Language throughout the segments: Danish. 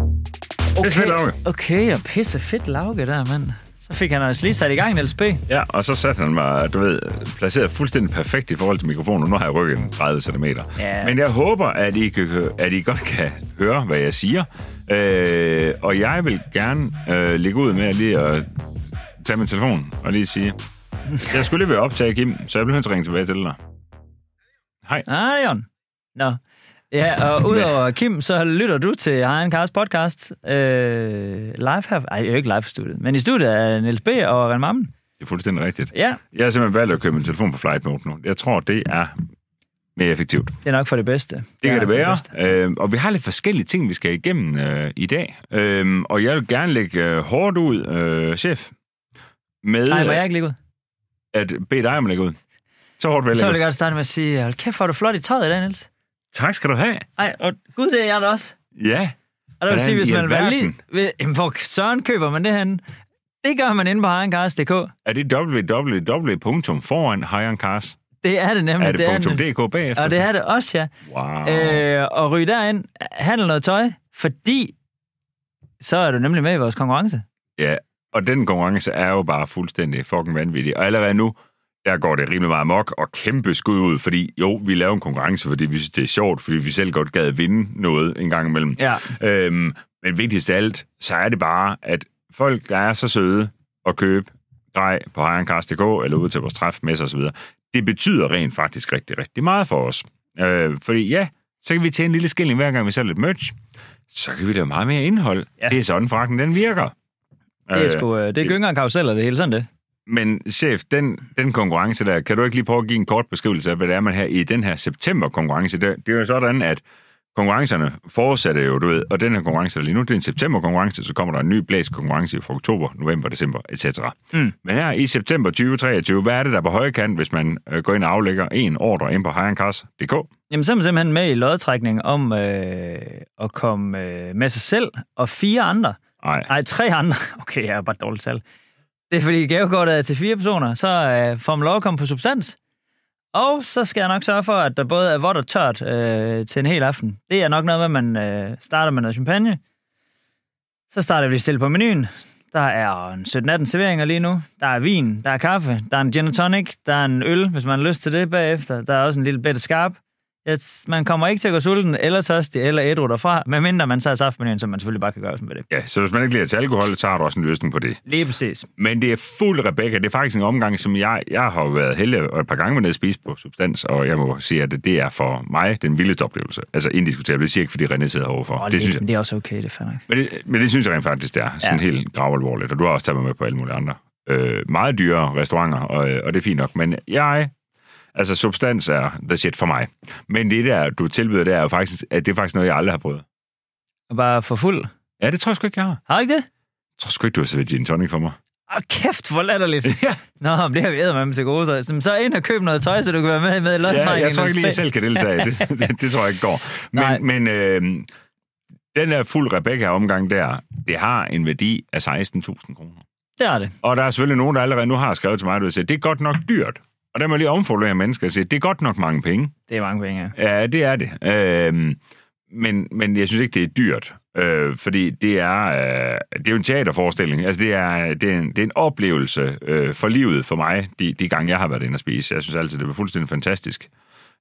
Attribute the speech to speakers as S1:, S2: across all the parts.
S1: Det er Svend Lauke.
S2: Okay, og pisse fedt lauke der, mand. Så fik han også lige sat i gang, Niels B.
S1: Ja, og så satte han mig, du ved, placeret fuldstændig perfekt i forhold til mikrofonen. Nu har jeg rykket den 30 cm.
S2: Ja.
S1: Men jeg håber, at I, kan, at I godt kan høre, hvad jeg siger. Øh, og jeg vil gerne øh, ligge ud med at lige at tage min telefon og lige sige... Jeg skulle lige ved at optage, Kim, så jeg blev nødt til at ringe tilbage til dig. Hej.
S2: Ah, Jon. Nå. Ja, og udover Kim, så lytter du til Egen Kars podcast. Øh, live her. Ej, jeg er jo ikke live for studiet. Men i studiet er Niels B. og Ren Mammen.
S1: Det er fuldstændig rigtigt.
S2: Ja,
S1: Jeg har simpelthen valgt at købe min telefon på flight mode nu. Jeg tror, det er mere effektivt.
S2: det er nok for det bedste. Det
S1: Det
S2: er
S1: kan det
S2: nok for
S1: være.
S2: bedste.
S1: Øh, og vi har lidt forskellige ting, vi skal igennem øh, i dag. Øh, og jeg vil gerne lægge øh, hårdt ud, øh, chef, med
S2: Nej, må jeg
S1: jeg...
S2: ikke ligge ud?
S1: at bede dig om at lægge ud. Så hårdt vil jeg
S2: Så vil jeg
S1: lægge ud.
S2: godt starte med at sige, hold kæft, hvor er du flot i tøjet i dag, Niels.
S1: Tak skal du have.
S2: Ej, og gud, det er jeg da også. Og
S1: Ja,
S2: der vil
S1: Hvordan
S2: sige, hvis
S1: i
S2: man var lige...
S1: alverden?
S2: Ved, jamen, hvor søren køber man det henne? Det gør man inde på egenkars.dk.
S1: er det www.foranhirencars?
S2: Det er det nemlig.
S1: Er det,
S2: det nemlig.
S1: .dk bagefter?
S2: Og det er det også, ja.
S1: Wow. Øh...
S2: Øh, og ryge derind, handle noget tøj, fordi så er du nemlig med i vores konkurrence.
S1: Ja, og den konkurrence er jo bare fuldstændig fucking vanvittig. Og allerede nu, der går det rimelig meget mok og kæmpe skud ud, fordi jo, vi laver en konkurrence, fordi vi synes, det er sjovt, fordi vi selv godt gad vinde noget en gang imellem.
S2: Ja.
S1: Øhm, men vigtigst af alt, så er det bare, at folk, der er så søde at købe drej på hejrenkars.dk eller ude til vores træf, messer osv., det betyder rent faktisk rigtig, rigtig meget for os. Øh, fordi ja, så kan vi tjene en lille skilling hver gang vi sælger lidt merch. Så kan vi lave meget mere indhold.
S2: Ja.
S1: Ja. Det er sådan, fragten den virker.
S2: Det er, sgu, øh, det er gynger og karuseller, det hele sådan det.
S1: Men chef, den, den konkurrence der, kan du ikke lige prøve at give en kort beskrivelse af, hvad det er, man her i den her september-konkurrence? Det, det er jo sådan, at konkurrencerne fortsætter jo, du ved, og den her konkurrence der lige nu, det er en september-konkurrence, så kommer der en ny blæs-konkurrence fra oktober, november, december, etc.
S2: Mm.
S1: Men her i september 2023, hvad er det, der er på højre kant, hvis man øh, går ind og aflægger en ordre ind på hejrenkars.dk?
S2: Jamen, så er man simpelthen med i lodtrækning om øh, at komme øh, med sig selv og fire andre.
S1: Nej,
S2: Nej, tre andre. Okay, jeg er bare et dårligt tal. Det er fordi gavekortet er til fire personer, så øh, får man lov at komme på substans. Og så skal jeg nok sørge for, at der både er vådt og tørt øh, til en hel aften. Det er nok noget med, at man øh, starter med noget champagne. Så starter vi stille på menuen. Der er en 17-18 serveringer lige nu. Der er vin, der er kaffe, der er en gin and tonic, der er en øl, hvis man har lyst til det bagefter. Der er også en lille bitte skarp. Et- Man kommer ikke til at gå sulten, eller tørstig, eller ædru derfra, medmindre man tager saftmenuen, som man selvfølgelig bare kan gøre, hvis man vil det.
S1: ja, så hvis man ikke lærer til alkohol, så har du også en løsning på det.
S2: Lige præcis.
S1: Men det er fuld Rebecca. Det er faktisk en omgang, som jeg, jeg har jo været heldig at- og et par gange var nede og spise på Substans, og jeg må sige, at det er for mig den vildeste oplevelse. Altså indiskutabelt. Det siger jeg ikke, fordi René sidder overfor.
S2: Og
S1: det, synes jeg,
S2: det er også okay, det er fair nok.
S1: men, det, men det synes jeg rent faktisk, det er. Sådan
S2: Ja.
S1: ja. helt gravalvorligt. Og du har også taget mig med på alle mulige andre øh, meget dyre restauranter, og, øh, og det er fint nok. Men jeg... Altså, substans er the shit for mig. Men det der, du tilbyder, det er jo faktisk, at det er faktisk noget, jeg aldrig har prøvet.
S2: Og bare for fuld.
S1: Ja, det tror jeg sgu ikke, jeg har. Jeg
S2: Har du ikke det?
S1: tror sgu ikke, du har serveret gin tonic for mig.
S2: Åh, kæft, hvor latterligt.
S1: Ja.
S2: Nå, men det har vi æder med til gode. Så, så ind og køb noget tøj, så du kan være med, med i
S1: Ja,
S2: lodtrækningen.
S1: jeg tror ikke lige, jeg
S2: Spæ-
S1: selv kan deltage. Det, det, det tror jeg ikke går.
S2: Nej.
S1: Men, men øh, den der fuld Rebecca-omgang der, det har en værdi af 16.000 kroner.
S2: Det er det.
S1: Og der er selvfølgelig nogen, der allerede nu har skrevet til mig, at det er godt nok dyrt. Og der må jeg lige omformulere mennesker og sige, det er godt nok mange penge.
S2: Det er mange penge, ja.
S1: Ja, det er det. Øh, men, men jeg synes ikke, det er dyrt. Øh, fordi det er, øh, det er jo en teaterforestilling. Altså, det er, det er, en, det er en oplevelse øh, for livet for mig, de, de gange, jeg har været inde og spise. Jeg synes altid, det var fuldstændig fantastisk.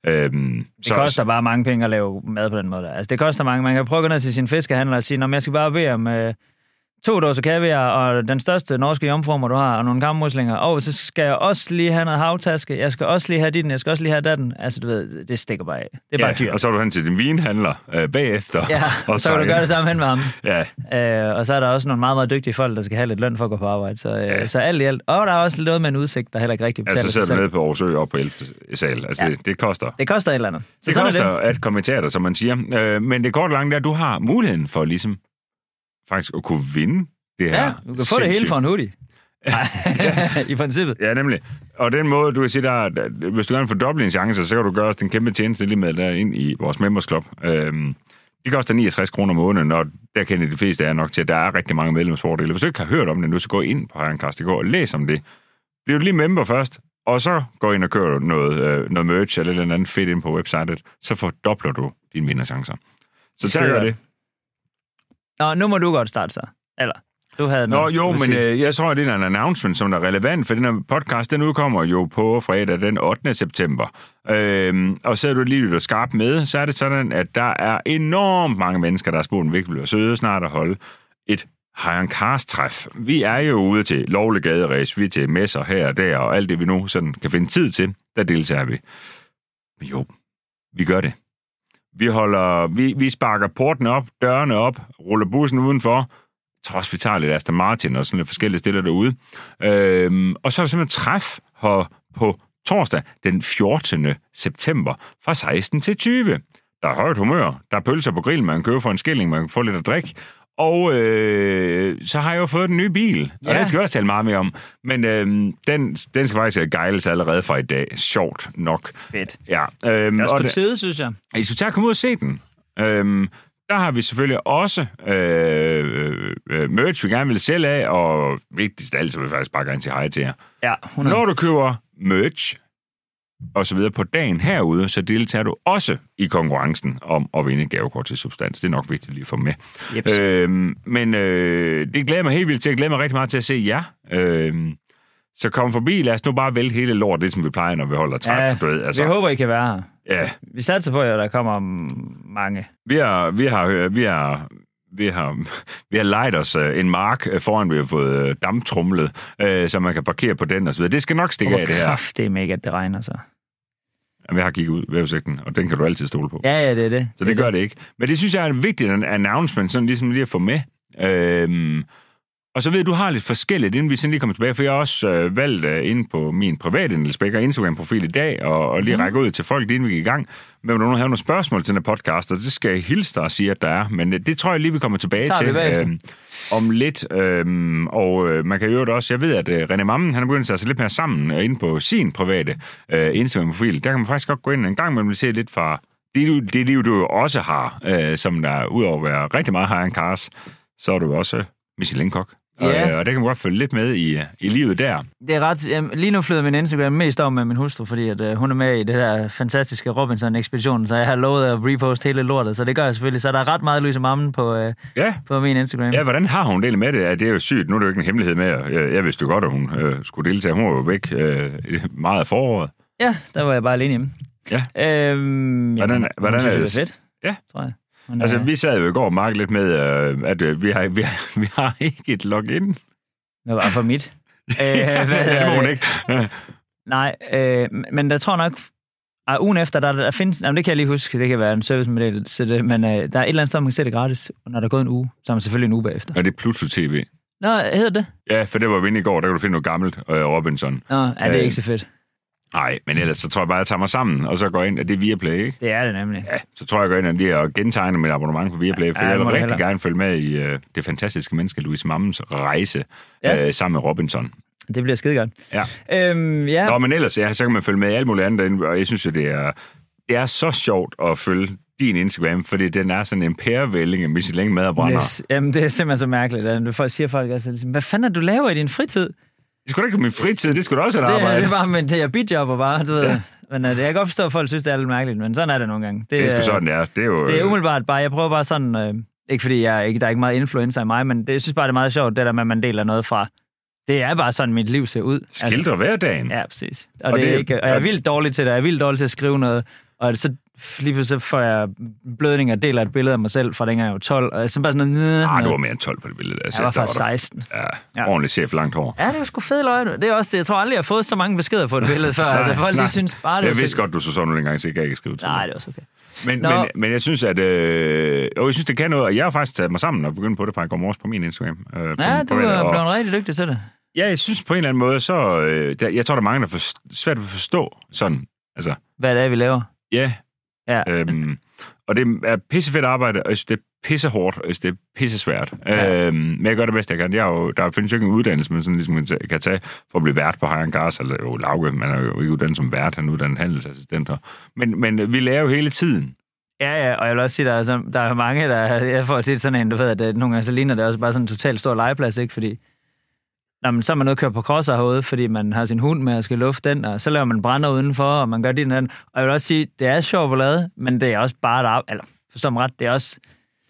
S1: Øhm,
S2: Det så, koster bare mange penge at lave mad på den måde. der. Altså, det koster mange. Man kan prøve at gå ned til sin fiskehandler og sige, "Nå, men jeg skal bare bede om øh, to dåser kaviar, og den største norske jomfrummer, du har, og nogle kammuslinger. Og så skal jeg også lige have noget havtaske. Jeg skal også lige have dit, jeg skal også lige have datten. Altså, du ved, det stikker bare af. Det er bare
S1: ja,
S2: dyrt.
S1: og så er du hen til din vinhandler øh, bagefter.
S2: Ja, og så kan du gøre det samme hen med ham.
S1: Ja,
S2: Øh, og så er der også nogle meget, meget dygtige folk, der skal have lidt løn for at gå på arbejde. Så, øh, ja.
S1: Ja.
S2: så alt i alt. Og der er også noget med en udsigt, der heller ikke rigtig betaler
S1: altså, så
S2: sig
S1: sidder
S2: selv.
S1: du nede på Aarhus Ø op på 11. sal. Altså,
S2: Ja.
S1: ja. det, det koster.
S2: Det koster et eller andet. Så
S1: Det
S2: sådan er
S1: koster at komme til teater, som man siger. Øh, men det korte og lange er, at du har muligheden for ligesom faktisk at kunne vinde det her.
S2: Ja, du kan få det hele
S1: sindssygt-
S2: for en hoodie. I princippet.
S1: Ja, nemlig. Og den måde, du kan sige, der, er- der, hvis du gerne vil fordoble din chance, så kan du gøre os den kæmpe tjeneste lige med der ind i vores members club. Øhm, det koster 69 kroner om måneden, og der kender de fleste af jer nok til, at der er rigtig mange medlemsfordele. Hvis du ikke har hørt om det nu, så gå ind på Herrenkast.dk og læs om det. Bliv lige member først, og så gå ind og kør noget, øh, noget merch eller et eller andet fedt ind på websitet, så fordobler du dine vinderchancer. Så tak
S2: Skide
S1: gør
S2: godt.
S1: det.
S2: Nå, nu må du godt starte så. Eller, du havde
S1: Nå
S2: noget, du
S1: jo,
S2: ville
S1: men
S2: sige.
S1: øh, jeg tror, det er en announcement, som er relevant, for den her podcast, den udkommer jo på fredag den 8. september. Øhm, og så er du lige lytter skarp med, så er det sådan, at der er enormt mange mennesker, der har spurgt, om vi ikke bliver søde snart at holde et Hejren Cars-træf. Vi er jo ude til lovlig gaderæs, vi er til messer her og der, og alt det, vi nu sådan kan finde tid til, der deltager vi. Men jo, vi gør det. Vi, holder, vi, vi sparker porten op, dørene op, ruller bussen udenfor, jeg tror også, vi tager lidt Aston Martin og sådan lidt forskellige stiller derude. Øhm, og så er der simpelthen træf her på torsdag den 14. september fra 16 til 20. Der er højt humør, der er pølser på grillen, man kan købe for en skilling, man kan få lidt at drikke. Og øh, så har jeg jo fået den nye bil, og
S2: Ja.
S1: den skal vi også tale meget mere om. Men øh, den, den skal faktisk gejles allerede fra i dag. Sjovt nok.
S2: Fedt.
S1: Ja, øhm,
S2: Det er også
S1: og
S2: på
S1: det-
S2: tide, synes jeg.
S1: i skulle tage at komme ud og se den. Øhm, der har vi selvfølgelig også øh, øh, merch, vi gerne vil sælge af, og vigtigst af alt, så vil jeg faktisk bare gerne sige hej til jer.
S2: Ja, 100.
S1: Når du køber merch og så videre på dagen herude, så deltager du også i konkurrencen om at vinde et gavekort til substans. Det er nok vigtigt lige at få med.
S2: Jeps.
S1: Øhm, men øh, det glæder jeg mig helt vildt til. Jeg glæder mig rigtig meget til at se jer. Øhm, så kom forbi. Lad os nu bare vælge hele lortet, det som vi plejer, når vi holder træf.
S2: Ja,
S1: du ved,
S2: Altså. Vi håber, I kan være her.
S1: ja.
S2: Vi satser på, at der kommer mange.
S1: Vi har, vi har, øh, vi har, vi har, vi har lejet os øh, en mark øh, foran, vi har fået øh, damptrumlet, øh, så man kan parkere på den og så videre. Det skal nok stikke af, det her.
S2: Kraft, det er mega, at det regner så.
S1: Vi har kigget ud vejrudsigten, og den kan du altid stole på.
S2: Ja, ja, det er det.
S1: Så det gør det ikke. Men det synes jeg er en vigtig an- announcement, sådan ligesom lige at få med. Øhm, og så ved jeg, du har lidt forskelligt, inden vi sådan lige kommer tilbage, for jeg har også øh, valgt øh, inde på min private Niels Becker Instagram-profil i dag, og, og lige
S2: Mhm.
S1: mm. række ud til folk, lige inden vi gik i gang. Men om du nu har nogle spørgsmål til den her podcast, og det skal jeg hilse dig og sige, at der er. Men øh, det tror jeg lige, vi kommer tilbage
S2: Tager vi
S1: til
S2: bagefter.
S1: øhm, om lidt. Øhm, og øh, man kan jo også, jeg ved, at øh, René Mammen, han er begyndt at tage sig lidt mere sammen øh, inde på sin private øh, Instagram-profil. Der kan man faktisk godt gå ind en gang, men vi ser lidt fra det, du- det liv, du jo også har, øh, som der udover at være rigtig meget high cars, så er du jo også Michelin-kok. Og,
S2: Ja.
S1: øh, og der kan man godt følge lidt med i, øh, i livet der.
S2: Det er ret... Jamen, lige nu flyder min Instagram mest om med min hustru, fordi at, øh, hun er med i det der fantastiske Robinson-ekspedition, så jeg har lovet at reposte hele lortet, så det gør jeg selvfølgelig. Så der er ret meget Louise Mammen på, øh,
S1: Ja,
S2: på min Instagram.
S1: ja hvordan har hun det med det? Ja, det er jo sygt. Nu er det jo ikke en hemmelighed med, at jeg, jeg vidste jo godt, at hun øh, skulle deltage. Hun var jo væk øh, meget af foråret.
S2: ja der var jeg bare alene hjemme.
S1: Ja.
S2: Øhm,
S1: Hvordan-
S2: jamen,
S1: hvordan
S2: hun synes,
S1: er
S2: det? er
S1: det?
S2: fedt,
S1: Ja.
S2: tror jeg. Hun,
S1: Altså,
S2: er-
S1: vi sad jo i går og markede lidt med, øh, at øh, vi, har, vi, har, vi har ikke et login.
S2: Det var for mit. Øh, Æh,
S1: det må hun ikke.
S2: Nej, øh, men der tror jeg nok... Ej, ugen efter, der, der findes... Jamen, det kan jeg lige huske. Det kan være en servicemeddelelse til det, men øh, der er et eller andet sted, man kan se det gratis, når der er gået en uge. Så er man selvfølgelig en uge bagefter.
S1: Nå, det er Pluto TV.
S2: Nå, hedder det?
S1: Ja, for det var vi inde i går. Der kan du finde noget gammelt øh, Robinson.
S2: Nå, er det
S1: Øh.
S2: er ikke så fedt.
S1: Nej, men ellers så tror jeg bare, at jeg tager mig sammen, og så går jeg ind, og det er Viaplay, ikke?
S2: Det er det nemlig.
S1: Ja, så tror jeg, jeg går ind og lige og gentegner mit abonnement på Viaplay, for
S2: Ja,
S1: ja, jeg
S2: det
S1: vil
S2: må du
S1: rigtig
S2: hellere.
S1: gerne følge med i øh, det fantastiske menneske, Louis Mammens rejse
S2: Ja.
S1: ja. øh, sammen med Robinson.
S2: Det bliver skide godt.
S1: Ja.
S2: Øhm, ja.
S1: Nå, men ellers, ja, så kan man følge med i alt muligt andet derinde, og jeg synes jo, det er, det er så sjovt at følge din Instagram, fordi den er sådan en pærevælling af Michelin-madbrænder. Yes.
S2: Yes. øh, Jamen, det er simpelthen så mærkeligt, at folk siger folk altså, ligesom, hvad fanden er det, du laver i din fritid?
S1: Det skulle da ikke min fritid, det skulle da også have et
S2: Det, er-
S1: arbejde.
S2: det
S1: Det,
S2: er bare, men jeg bidjobber bare, du ved. Ja. Men uh, jeg kan godt forstå, at folk synes, det er lidt mærkeligt, men sådan er det nogle gange.
S1: det er
S2: øh,
S1: sgu sådan, øh. det er. Det er jo...
S2: Det er umiddelbart bare, jeg prøver bare sådan, øh, ikke fordi jeg, er ikke, der er ikke meget influencer i mig, men det, jeg synes bare, det er meget sjovt, det der med, at man deler noget fra. Det er bare sådan, mit liv ser ud. Altså,
S1: Skildre hverdagen.
S2: ja, præcis. Og,
S1: Og
S2: det, er
S1: det-
S2: ikke, og jeg er vildt dårlig til det, og jeg er vildt dårlig til at skrive noget, og så lige pludselig så får jeg blødning og deler et billede af mig selv fra dengang jeg var 12, og så bare sådan noget...
S1: Ah, du var
S2: noget.
S1: mere end 12 på det billede. Altså,
S2: Jeg var
S1: Der
S2: faktisk
S1: du-
S2: 16.
S1: Ja,
S2: Ja.
S1: ja. ordentlig chef, langt hår.
S2: Ja, det var sgu fedt løgn. Det er også det. Jeg tror aldrig, jeg har fået så mange beskeder på et billede før. altså, folk de
S1: nej.
S2: synes bare, det
S1: Jeg
S2: var
S1: vidste godt, du så sådan nogle engang, så jeg kan ikke skrive til
S2: Nej,
S1: dig.
S2: det var så okay.
S1: men,
S2: Nå.
S1: men, men jeg synes, at... Øh, jo, jeg synes, det kan noget, og jeg har faktisk taget mig sammen og begyndt på det fra i går morges på min Instagram. Øh, på
S2: Ja,
S1: min
S2: du
S1: private,
S2: er
S1: og-
S2: blevet rigtig dygtig til det.
S1: Ja, jeg synes på en eller anden måde, så... Øh, der, jeg tror, der er mange, der er for, svært ved at forstå sådan. Altså,
S2: Hvad det er, vi laver.
S1: ja.
S2: Ja.
S1: Øhm, og det er pissefedt arbejde, og jeg synes, det er pissehårdt, og jeg synes, det er pissesvært.
S2: Ja.
S1: Ja. Øhm, men jeg gør det bedste, jeg kan. Jeg er jo, der findes jo ikke en uddannelse, man sådan ligesom kan tage- kan tage for at blive vært på Hagen Gas, eller jo Lauke, man er jo ikke uddannet som vært, han er uddannet handelsassistent. og- Men, men vi lærer jo hele tiden.
S2: Ja, ja, og jeg vil også sige, der er, så, der er mange, der... Jeg får tit sådan en, du ved, at øh, nogle gange så ligner det også bare sådan en totalt stor legeplads, ikke? Fordi Nå, men så er man nødt til at køre på krosser herude, fordi man har sin hund med og skal lufte den, og så laver man brænder udenfor, og man gør dit og den. Og jeg vil også sige, det er sjovt at lade, men det er også bare et arbejde, eller forstår mig ret, det er også,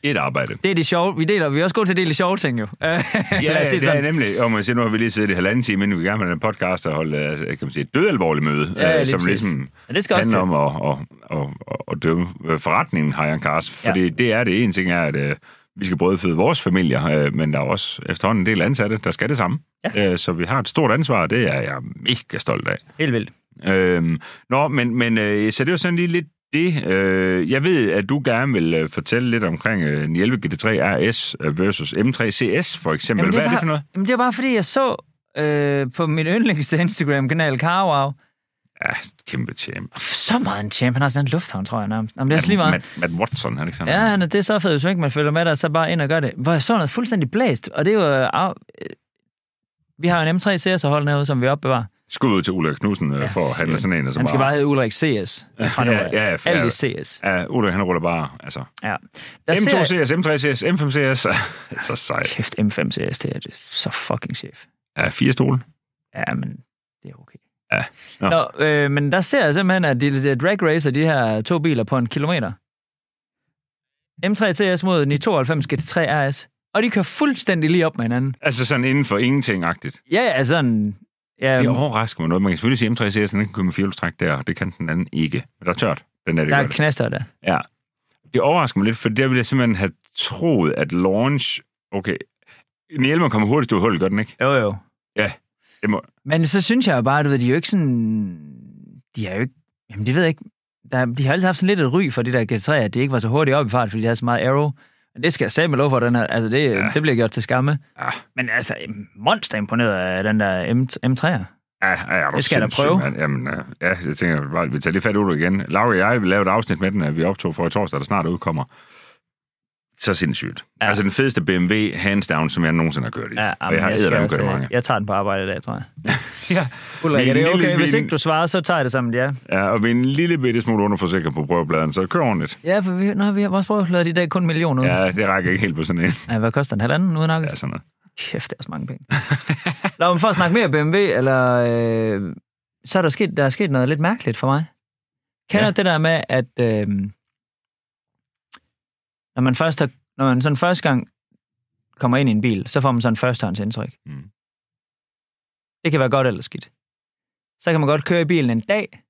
S1: Det er et arbejde.
S2: Det er det sjove. Vi, deler, vi er også gode til at dele de sjove ting, jo. ja,
S1: Ja, det, det er nemlig. Og man siger, nu har vi lige siddet i halvanden time, inden vi gerne vil have en podcast og holde øh, kan man sige, et dødalvorligt møde,
S2: Ja,
S1: ja,
S2: lige
S1: som
S2: præcis.
S1: ligesom
S2: Men det skal også
S1: handler
S2: til.
S1: om at, at, at, at, at dømme øh, forretningen, Hajan Kars. Fordi ja. det er det. En ting er, at øh, vi skal både føde vores familier, øh, men der er også efterhånden en del ansatte, der skal det samme. Ja. Øh, så vi har et stort ansvar, og det er jeg mega stolt af.
S2: Helt vildt.
S1: Øhm, nå, men, men øh, så det er jo sådan lige lidt det. Øh, jeg ved, at du gerne vil øh, fortælle lidt omkring øh, en 11 GT3 RS øh, versus M3 CS, for eksempel.
S2: Jamen,
S1: Jamen, Hvad er
S2: bare,
S1: det for noget?
S2: Jamen, det er bare, fordi jeg så øh, på min yndlings Instagram-kanal, Carwow,
S1: Ja, kæmpe champ.
S2: så meget en champ. Han har sådan en lufthavn, tror jeg nærmest. Jamen, det er også lige meget.
S1: Matt, Matt Watson, han ikke sådan?
S2: Ja, han er, det er så fedt, hvis ikke man følger med dig, så bare ind og gør det. Hvor jeg så noget fuldstændig blæst, og det er jo... øh, Af, øh, vi har jo en M3 CS hold herude, som vi opbevarer.
S1: Skud ud til Ulla Knudsen øh, for at handle sådan en. og så
S2: Han skal bare hedde Ulrik CS. Fra nu
S1: Ja,
S2: af.
S1: ja, for-
S2: Alt i CS.
S1: Ja, Ulla, han ruller bare, altså.
S2: Ja. Der
S1: M2
S2: ser-
S1: CS, M3 CS, M5 CS. så sej.
S2: Kæft, M5 CS, det er det så fucking chef.
S1: Ja, fire stole.
S2: Ja, men det er okay.
S1: Ja, nå.
S2: Nå. Nå, øh, men der ser jeg simpelthen, at de, de drag racer de her to biler på en kilometer. M3 CS mod 992 GT3 RS. Og de kører fuldstændig lige op med hinanden.
S1: Altså sådan inden for ingenting-agtigt.
S2: Ja, ja, sådan... Ja,
S1: Det overrasker mig noget. Man kan selvfølgelig sige, at M3 CS, den kan køre med fjolstræk der, og det kan den anden ikke. Men der er tørt. Den er det
S2: der
S1: godt.
S2: er knaster der.
S1: Ja. Det overrasker mig lidt, for der ville jeg simpelthen have troet, at launch... Okay, Nielmer kommer hurtigt ud af hullet, gør den ikke?
S2: Jo, jo.
S1: Ja. Det må...
S2: Men så synes jeg jo bare, du ved, de er jo ikke sådan... De er jo ikke... Jamen, det ved jeg ikke. Der, de har altid haft sådan lidt et ry for det der GT3, at de ikke var så hurtigt op i fart, fordi de havde så meget aero. Men det skal jeg sætte med lov for, den her. Altså, det, ja. det bliver gjort til skamme.
S1: Ja,
S2: Men altså, monster imponeret af den der M- M3'er.
S1: ja, ja, er du
S2: Det skal jeg da
S1: sindssyg,
S2: prøve.
S1: mand? Jamen, øh, ja, jeg tænker, bare, vi tager lige fat ud igen. Laura og jeg vil lave et afsnit med den, at vi optog for i torsdag, der snart udkommer. Så sindssygt. Ja.
S2: Ja.
S1: Altså den fedeste BMW, hands down, som jeg nogensinde har kørt i.
S2: Ja,
S1: og jeg har
S2: skal
S1: eddermame
S2: også,
S1: kørt i
S2: øh,
S1: mange.
S2: Jeg tager den på arbejde i dag, tror jeg.
S1: Ja.
S2: Ulrik,
S1: Min
S2: er det
S1: lille
S2: okay? Hvis
S1: bil-
S2: ikke du svarer, så tager jeg det sammen, ja.
S1: ja, og vi er en lille bitte smule underforsikret på prøvebladen, så kør ordentligt.
S2: Ja, for vi, nå, vi har vores prøveplader i dag kun en million uden. Ja.
S1: Ja, det rækker ikke helt på sådan en.
S2: Ej, hvad koster den? Halvanden uden nok?
S1: Ja, sådan noget.
S2: Kæft, det er også mange penge. Nå, men for at snakke mere BMW, eller, øh, så er der sket, der er sket noget lidt mærkeligt for mig. Kender
S1: Ja.
S2: ja. det der med, at øh, når man først har, når man sådan første gang kommer ind i en bil, så får man sådan førstehåndsindtryk.
S1: Mm.
S2: Det kan være godt eller skidt. Så kan man godt køre i bilen en dag,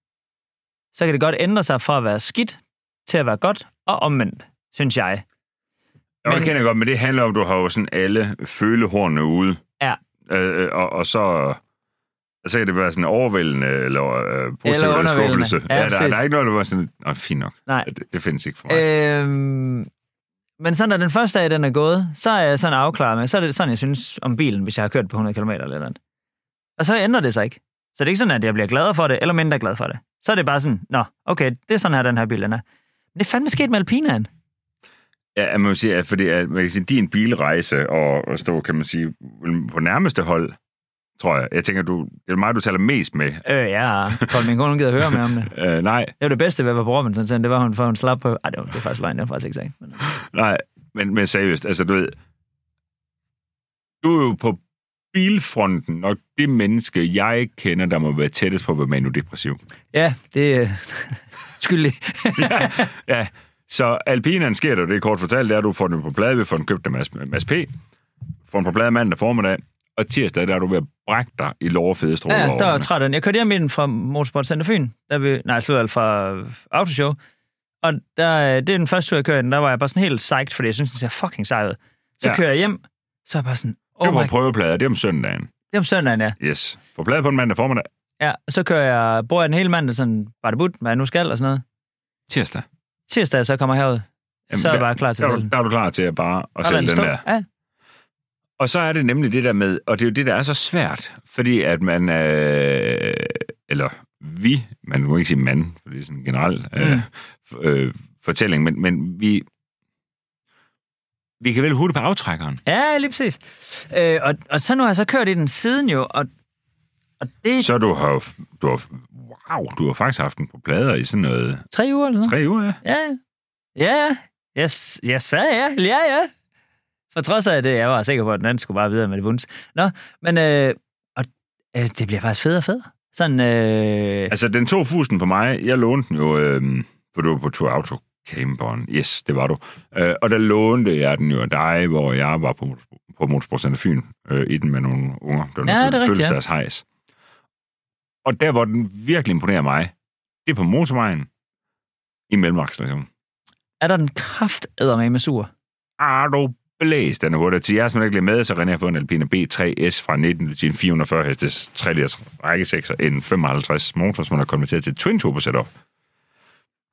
S2: så kan det godt ændre sig fra at være skidt til at være godt, og omvendt, synes jeg.
S1: Jo, men... det
S2: Men-
S1: kender jeg godt, men det handler om, at du har jo sådan alle følehornene ude.
S2: Ja.
S1: Øh, øh, og, og så, så kan det være sådan overvældende, eller øh, positiv
S2: Eller
S1: eller, eller
S2: undervældende.
S1: skuffelse.
S2: Ja,
S1: Ja, der,
S2: præcis.
S1: der er ikke noget, der var sådan, Nå, fint nok,
S2: Nej.
S1: det, det findes ikke for mig. Øh...
S2: Øhm, men sådan, da den første dag, den er gået, så er jeg sådan afklaret med, så er det sådan, jeg synes om bilen, hvis jeg har kørt på 100 km eller noget. Og så ændrer det sig ikke. Så det er ikke sådan, at jeg bliver gladere for det, eller mindre glad for det. Så er det bare sådan, nå, okay, det er sådan her, den her bil den er. Men det er fandme sket med Alpinaen.
S1: Ja, man kan sige, at, fordi, at, man kan sige, din bilrejse og, og stå, kan man sige, på nærmeste hold, tror jeg. Jeg tænker, du, det er mig, du taler mest med.
S2: Øh, ja, jeg tror, min kone gider at høre med om det.
S1: Øh, nej,
S2: Det var det bedste ved Vapor Robinson, sådan, det var, hun, for hun slap på. Ej, det var, det er faktisk løgn, det var faktisk ikke sagt. Men,
S1: nej, men, men seriøst, altså du ved, du er jo på bilfronten, og det menneske, jeg kender, der må være tættest på at være manodepressiv.
S2: ja, det øh, er skyldig.
S1: ja, ja. Så alpineren sker der, jo det kort fortalt, det er, at du får den på plade, vi får den købt af Mads, Mads P. Får den på plade mandag formiddag, og tirsdag der er du ved at brække dig i lårfede stråler.
S2: Ja,
S1: over
S2: der var
S1: den.
S2: træt af den. Jeg kørte hjem med den fra Motorsport Center Fyn. Der vi, nej, slut alt fra Autoshow. Og der, øh, det er den første tur, jeg kørte i den. Der var jeg bare sådan helt psyched, fordi jeg synes, den ser fucking sej ud. Så
S1: Ja.
S2: ja. kører jeg hjem, så er jeg bare sådan,
S1: Det
S2: oh
S1: var
S2: my
S1: på prøveplader, det er om søndagen.
S2: det er om søndagen, ja.
S1: Yes. Får plade på den mandag formiddag.
S2: ja. og så kører jeg, bruger jeg den hele mandag sådan, bare det budt, hvad jeg nu skal og sådan noget.
S1: Tirsdag.
S2: Tirsdag, så kommer jeg herud.
S1: Jamen,
S2: så er jeg
S1: der-
S2: bare klar til
S1: Der
S2: at
S1: er,
S2: sælge
S1: du,
S2: den.
S1: der er du klar til at bare at
S2: Og der er
S1: sælge den
S2: stor.
S1: der.
S2: Ja,
S1: Og så er det nemlig det der med, og det er jo det, der er så svært, fordi at man, øh, eller vi, man må ikke sige mand, for det er sådan en generel øh,
S2: Mm.
S1: f- øh, fortælling, men, men vi, vi kan vel hurtigt på aftrækkeren.
S2: ja lige præcis. Øh, og, og så nu har jeg så kørt i den siden jo, og, og det er
S1: Så du har, du har, wow, du har faktisk haft den på plader i sådan noget
S2: tre uger eller sådan noget.
S1: tre uger, ja.
S2: Ja, ja. Jeg, s- jeg sagde ja, ja, ja. For trods af det, jeg var sikker på, at den anden skulle bare videre med det vunds. Nå, men øh, og, øh, det bliver faktisk federe og federe. Sådan, øh,
S1: Altså, den tog fusen på mig. Jeg lånte den jo, øh, for du var på tur auto Camborn, yes, det var du. Øh, og der lånte jeg den jo af dig, hvor jeg var på, på Motorsport Center Fyn, øh, i den med nogle unger. Det var
S2: Ja, det er
S1: nogle
S2: rigtigt, ja.
S1: fødselsdags hejs. Og der, hvor den virkelig imponerer mig, det er på motorvejen i mellemaccelerationen.
S2: Er der den kraft med sur?
S1: Er du blæst, den er hurtig. Til jer, som ikke lige med, så René har fået en Alpina B3S fra 19 til en 440 hestes 3 liters rækkesekser, en 55 motor, som man har konverteret til twin turbo setup.
S2: Og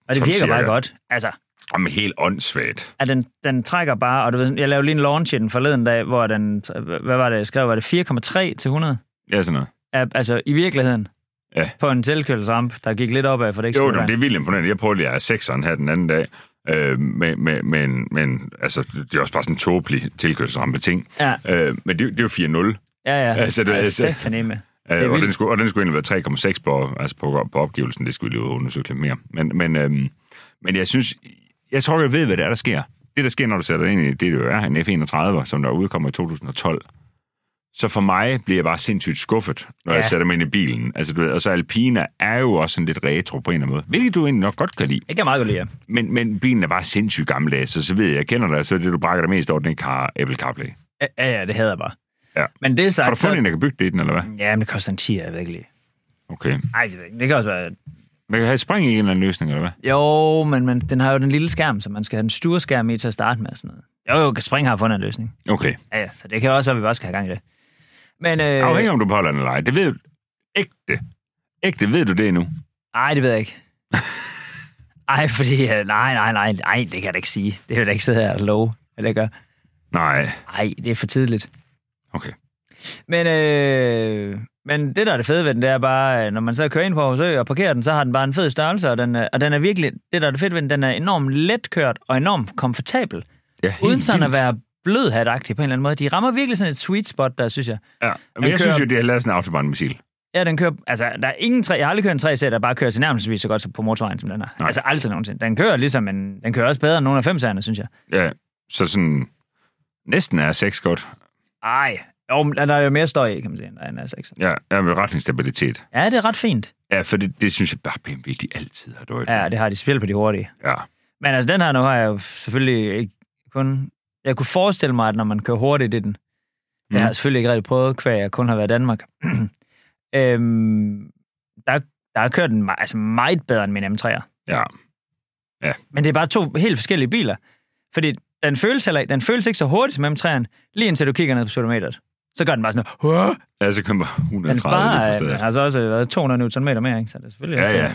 S2: det
S1: Som
S2: virker bare
S1: cirka.
S2: godt. Altså,
S1: Jamen, helt åndssvagt.
S2: at den, den trækker bare, og du ved, jeg lavede lige en launch i den forleden dag, hvor den, hvad var det, jeg skrev, var det 4,3 til 100?
S1: Ja, sådan noget.
S2: Er- Altså, i virkeligheden.
S1: Ja.
S2: På en tilkørselsramp, der gik lidt opad for det ikke
S1: Jo,
S2: skulle
S1: jamen,
S2: være.
S1: det er vildt imponerende. Jeg prøvede lige at sekseren her den anden dag. Øh, men, men, men, men altså, det er også bare sådan en tåbelig tilkørselsrampe ting.
S2: Ja,
S1: Øh, men det, det er jo 4-0.
S2: ja, ja.
S1: Altså, det er-
S2: Ej, sataneme.
S1: Øh, og,
S2: vildt.
S1: den skulle, og den skulle egentlig være 3,6 på, altså på, på opgivelsen. Det skulle vi lige undersøge lidt mere. Men, men, øhm, men jeg synes, jeg tror, jeg ved, hvad det er, der sker. Det, der sker, når du sætter dig ind i det, det jo er en F-31, som der udkommer i 2012. Så for mig bliver jeg bare sindssygt skuffet, når ja.
S2: Ja.
S1: jeg sætter mig ind i bilen. Altså, du ved, og så Alpina er jo også sådan lidt retro på en eller anden måde. Hvilket du egentlig nok godt kan lide.
S2: Det kan jeg meget godt lide. ja.
S1: Men, men bilen er bare sindssygt gammeldags, så, så ved jeg, jeg kender dig, så er det, du brækker dig mest over, den ikke har Apple CarPlay.
S2: Ja, ja, ja, det hader jeg bare.
S1: Ja.
S2: Men det er sagt,
S1: Har du fundet en, der kan bygge det i den, eller hvad?
S2: Ja, men det koster en 10, jeg virkelig.
S1: Okay.
S2: Ej, det, ved jeg ikke. det kan også være...
S1: Man kan have et spring i en eller anden løsning, eller hvad?
S2: Jo, men, men den har jo den lille skærm, så man skal have den store skærm i til at starte med. og Sådan noget. Jo, jo, Spring har fundet en løsning.
S1: Okay.
S2: Ja, ja, så det kan også være, at vi bare skal have gang i det. Men, øh,
S1: Afhængig om du beholder den eller ej. Det ved du. Ægte. Ægte, ved du det endnu?
S2: Ej, det ved jeg ikke. Ej, fordi... øh, Nej, nej, nej, nej, det kan jeg da ikke sige. Det vil jeg da ikke sidde her og love, at jeg gør.
S1: Nej.
S2: Ej, det er for tidligt.
S1: Okay.
S2: Men, øh, men det, der er det fede ved den, det er bare, øh, når man så kører ind på Aarhus Ø og parkerer den, så har den bare en fed størrelse, og den, øh, og den er virkelig, det, der er det fedt ved den, den er enormt letkørt og enormt komfortabel,
S1: Ja, helt
S2: uden sådan at
S1: vildt.
S2: være blødhatagtig på en eller anden måde. De rammer virkelig sådan et sweet spot, der synes jeg.
S1: Ja. Men
S2: Han
S1: jeg synes jo,
S2: kører-
S1: det er lavet sådan en autobahnmissil.
S2: Ja, den kører, altså, der er ingen tre, jeg har aldrig kørt en 3 der bare kører tilnærmelsesvis så godt som på motorvejen, som den er.
S1: Nej.
S2: Altså aldrig nogensinde. Den kører ligesom, men den kører også bedre end nogle af 5'erne, synes jeg.
S1: Ja. Så sådan... Næsten er 6 godt.
S2: Ej, jo, men der er jo mere støj i, kan man sige, end der er en A6.
S1: Ja, ja med retningsstabilitet.
S2: Ja, det er ret fint.
S1: Ja, for det, det synes jeg bare, BMW de altid har døjet.
S2: Ja, det har de spillet på de hurtige.
S1: ja.
S2: Men altså, den her nu har jeg jo selvfølgelig ikke kun... Jeg kunne forestille mig, at når man kører hurtigt i den... Mm. Jeg har
S1: Mm.
S2: selvfølgelig ikke rigtig prøvet, kvæg jeg kun har været i Danmark. øhm, der, der kører den me- altså meget bedre end min M3'er.
S1: Ja.
S2: Men det er bare to helt forskellige biler. Fordi den føles, heller, ikke- den føles ikke så hurtigt som M3'eren, lige indtil du kigger ned på speedometeret. Så gør den bare sådan noget.
S1: Ja, så kommer
S2: Den
S1: 130
S2: sparer
S1: lige på
S2: øh,
S1: stedet.
S2: altså også øh, hvad, 200 Nm mere, ikke? Så det er selvfølgelig
S1: Ja,
S2: også,
S1: ja.
S2: øh,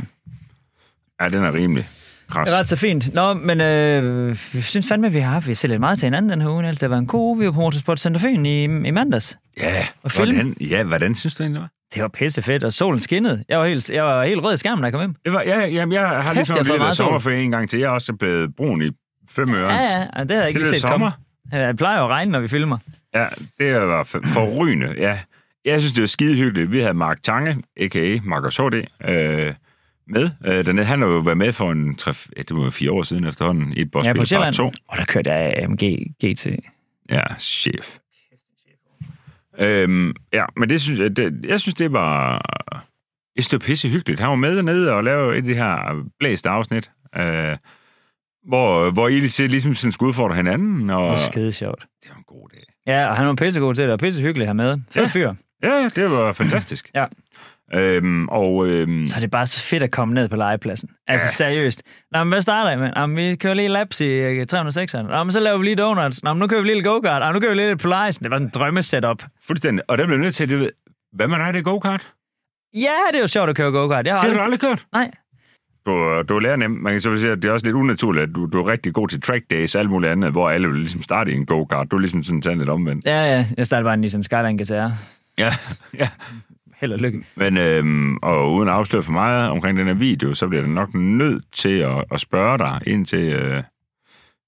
S1: Ja, den er rimelig kras.
S2: Det er ret så fint. Nå, men øh, jeg synes fandme, at vi har haft vi har set lidt meget til hinanden den her uge. Altså, det var en god uge. Vi var på Motorsport Center Fyn i, i mandags.
S1: Ja,
S2: Og film.
S1: hvordan, ja, hvordan synes du egentlig, det var?
S2: Det var pissefedt, og solen skinnede. Jeg var helt, jeg var helt rød i skærmen, da jeg kom hjem.
S1: Det var ja, jamen, jeg har
S2: Kæft,
S1: ligesom
S2: jeg har fået
S1: lidt af
S2: meget sol.
S1: sommerferie en gang til. Jeg er også blevet brun i fem øre.
S2: Ja, ja, og det havde jeg ikke
S1: det
S2: lige
S1: er
S2: set
S1: sommer.
S2: komme. Jeg plejer jo at regne, når vi filmer.
S1: Ja, det var f- forrygende, ja. Jeg synes, det var skide hyggeligt. Vi havde Mark Tange, a.k.a. Markus H.D., øh, med. Øh, dernede. Han har jo været med for en tre, ja, det var fire år siden efterhånden i et
S2: ja,
S1: bossbil
S2: på
S1: ja,
S2: Sjælland.
S1: 2.
S2: Og der kørte jeg AMG GT.
S1: Ja, chef. Øhm, ja, men det synes jeg, det, jeg synes, det var... Jeg synes, det var pisse hyggeligt. Han var med dernede og lavede et af de her blæste afsnit, øh, hvor, hvor I lige- ligesom sådan skulle udfordre hinanden.
S2: Det
S1: Og,
S2: var skide sjovt.
S1: det var en god dag.
S2: Ja, og han var pissegod til det, og pissehyggelig hernede. Fed
S1: Ja.
S2: fyr.
S1: Ja, det var fantastisk.
S2: Ja.
S1: Øhm, og øhm,
S2: Så er det bare så fedt at komme ned på legepladsen. Altså ja. seriøst. Nå, men hvad starter I med? Nå, men vi kører lige laps i øh, 306'eren. Nå, men så laver vi lige donuts. Nå, men nu kører vi lige lidt go-kart. Nå, men nu kører vi lige lidt Polaris. Det var sådan en drømmesetup.
S1: fuldstændig. Og der blev jeg nødt til at vide, hvad man er det go-kart?
S2: Ja, det er jo sjovt at køre go-kart. Jeg har
S1: Det har
S2: aldrig...
S1: du aldrig kørt.
S2: Nej.
S1: Du, du lærer nemt. Man kan så sige, at det er også lidt unaturligt, at du, du er rigtig god til track days og alt muligt andet, hvor alle vil ligesom starte i en go-kart. Du er ligesom sådan taget lidt omvendt.
S2: Ja, ja. Jeg starter bare en Nissan Skyline GTR.
S1: Ja, ja.
S2: Held og lykke.
S1: Men øhm, og uden at afsløre for meget omkring den her video, så bliver jeg da nok nødt til at, at spørge dig indtil, øh,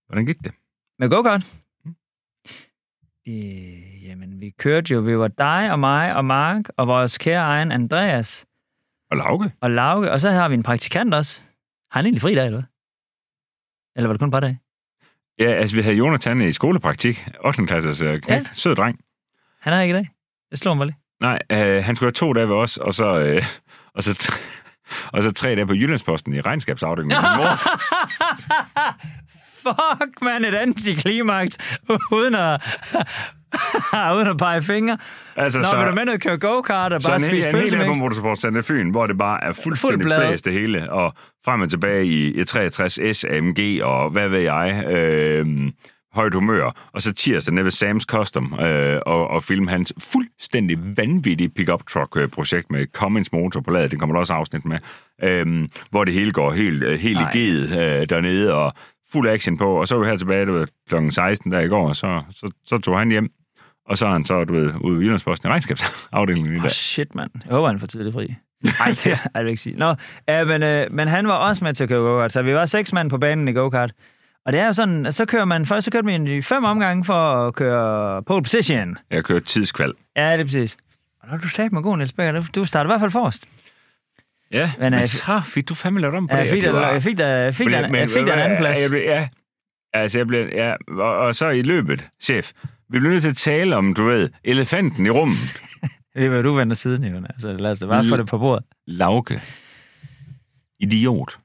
S1: hvordan gik det?
S2: Med go-kart? Øh, jamen, vi kørte jo. Vi var dig og mig og Mark og vores kære egen Andreas
S1: Og Lauke?
S2: og Lauke. Og så har vi en praktikant også. Har han egentlig fri dag, eller hvad? Eller var det kun et par dage?
S1: Ja, altså vi havde Jonathan i skolepraktik, 8. klasses øh, knægt,
S2: Ja.
S1: sød dreng.
S2: Han er ikke i dag. Jeg slår ham bare lige.
S1: Nej, øh, han skulle have to dage ved os, og så, øh, og så, t- og så tre dage på Jyllandsposten i regnskabsafdelingen. med min mor.
S2: Fuck, man, et antiklimaks, uden at, uden at pege fingre.
S1: Altså,
S2: Nå,
S1: så-
S2: så, vil du med ned og køre go-kart og
S1: Så
S2: bare
S1: en, hel-
S2: spise
S1: en hel dag på
S2: pølsemix?
S1: motorsportcenter Fyn, hvor det bare er fuldstændig
S2: Fuld
S1: Fuld
S2: blade.
S1: blæst det hele, og frem og tilbage i 63 S, AMG og hvad ved jeg, øh, højt humør. Og så tirsdag nede ved Sam's Custom øh, og, og filme hans fuldstændig vanvittige pickup truck-projekt med Cummins motor på ladet. Det kommer der også afsnit med. Øh, hvor det hele går helt, øh, helt
S2: Nej.
S1: i givet øh, dernede, og fuld action på. Og så er vi her tilbage, du ved, kl. 16 der i går, og så, så, så tog han hjem. Og så er han så, du ved, ude i Jyllandsposten i regnskabsafdelingen i
S2: Oh,
S1: dag.
S2: shit, mand. Jeg håber, han får tidlig fri. Ej, det ej, det vil jeg ikke sige. Nå, ja, men, øh, men han var også med til at køre go-kart, så vi var seks mand på banen i go-kart. Og det er jo sådan, at så kører man, først så kørte man i fem omgange for at køre pole position.
S1: Jeg kører tidskval.
S2: Ja, det er præcis. Og der er du sagde med god, Niels Becker. Du- Du startede i hvert fald forrest.
S1: Ja,
S2: Men, øh,
S1: så fik du fandme lavet om
S2: Ja, jeg fik da jeg fik da- jeg fik da- jeg fik da en anden plads.
S1: Jeg blev, ja, altså jeg blev, ja, og, og så i løbet, chef, vi bliver nødt til at tale om, du ved, elefanten i rummet.
S2: Det var du vender siden, Ivan. Altså, lad os da bare få det på bordet.
S1: Lauke. Idiot.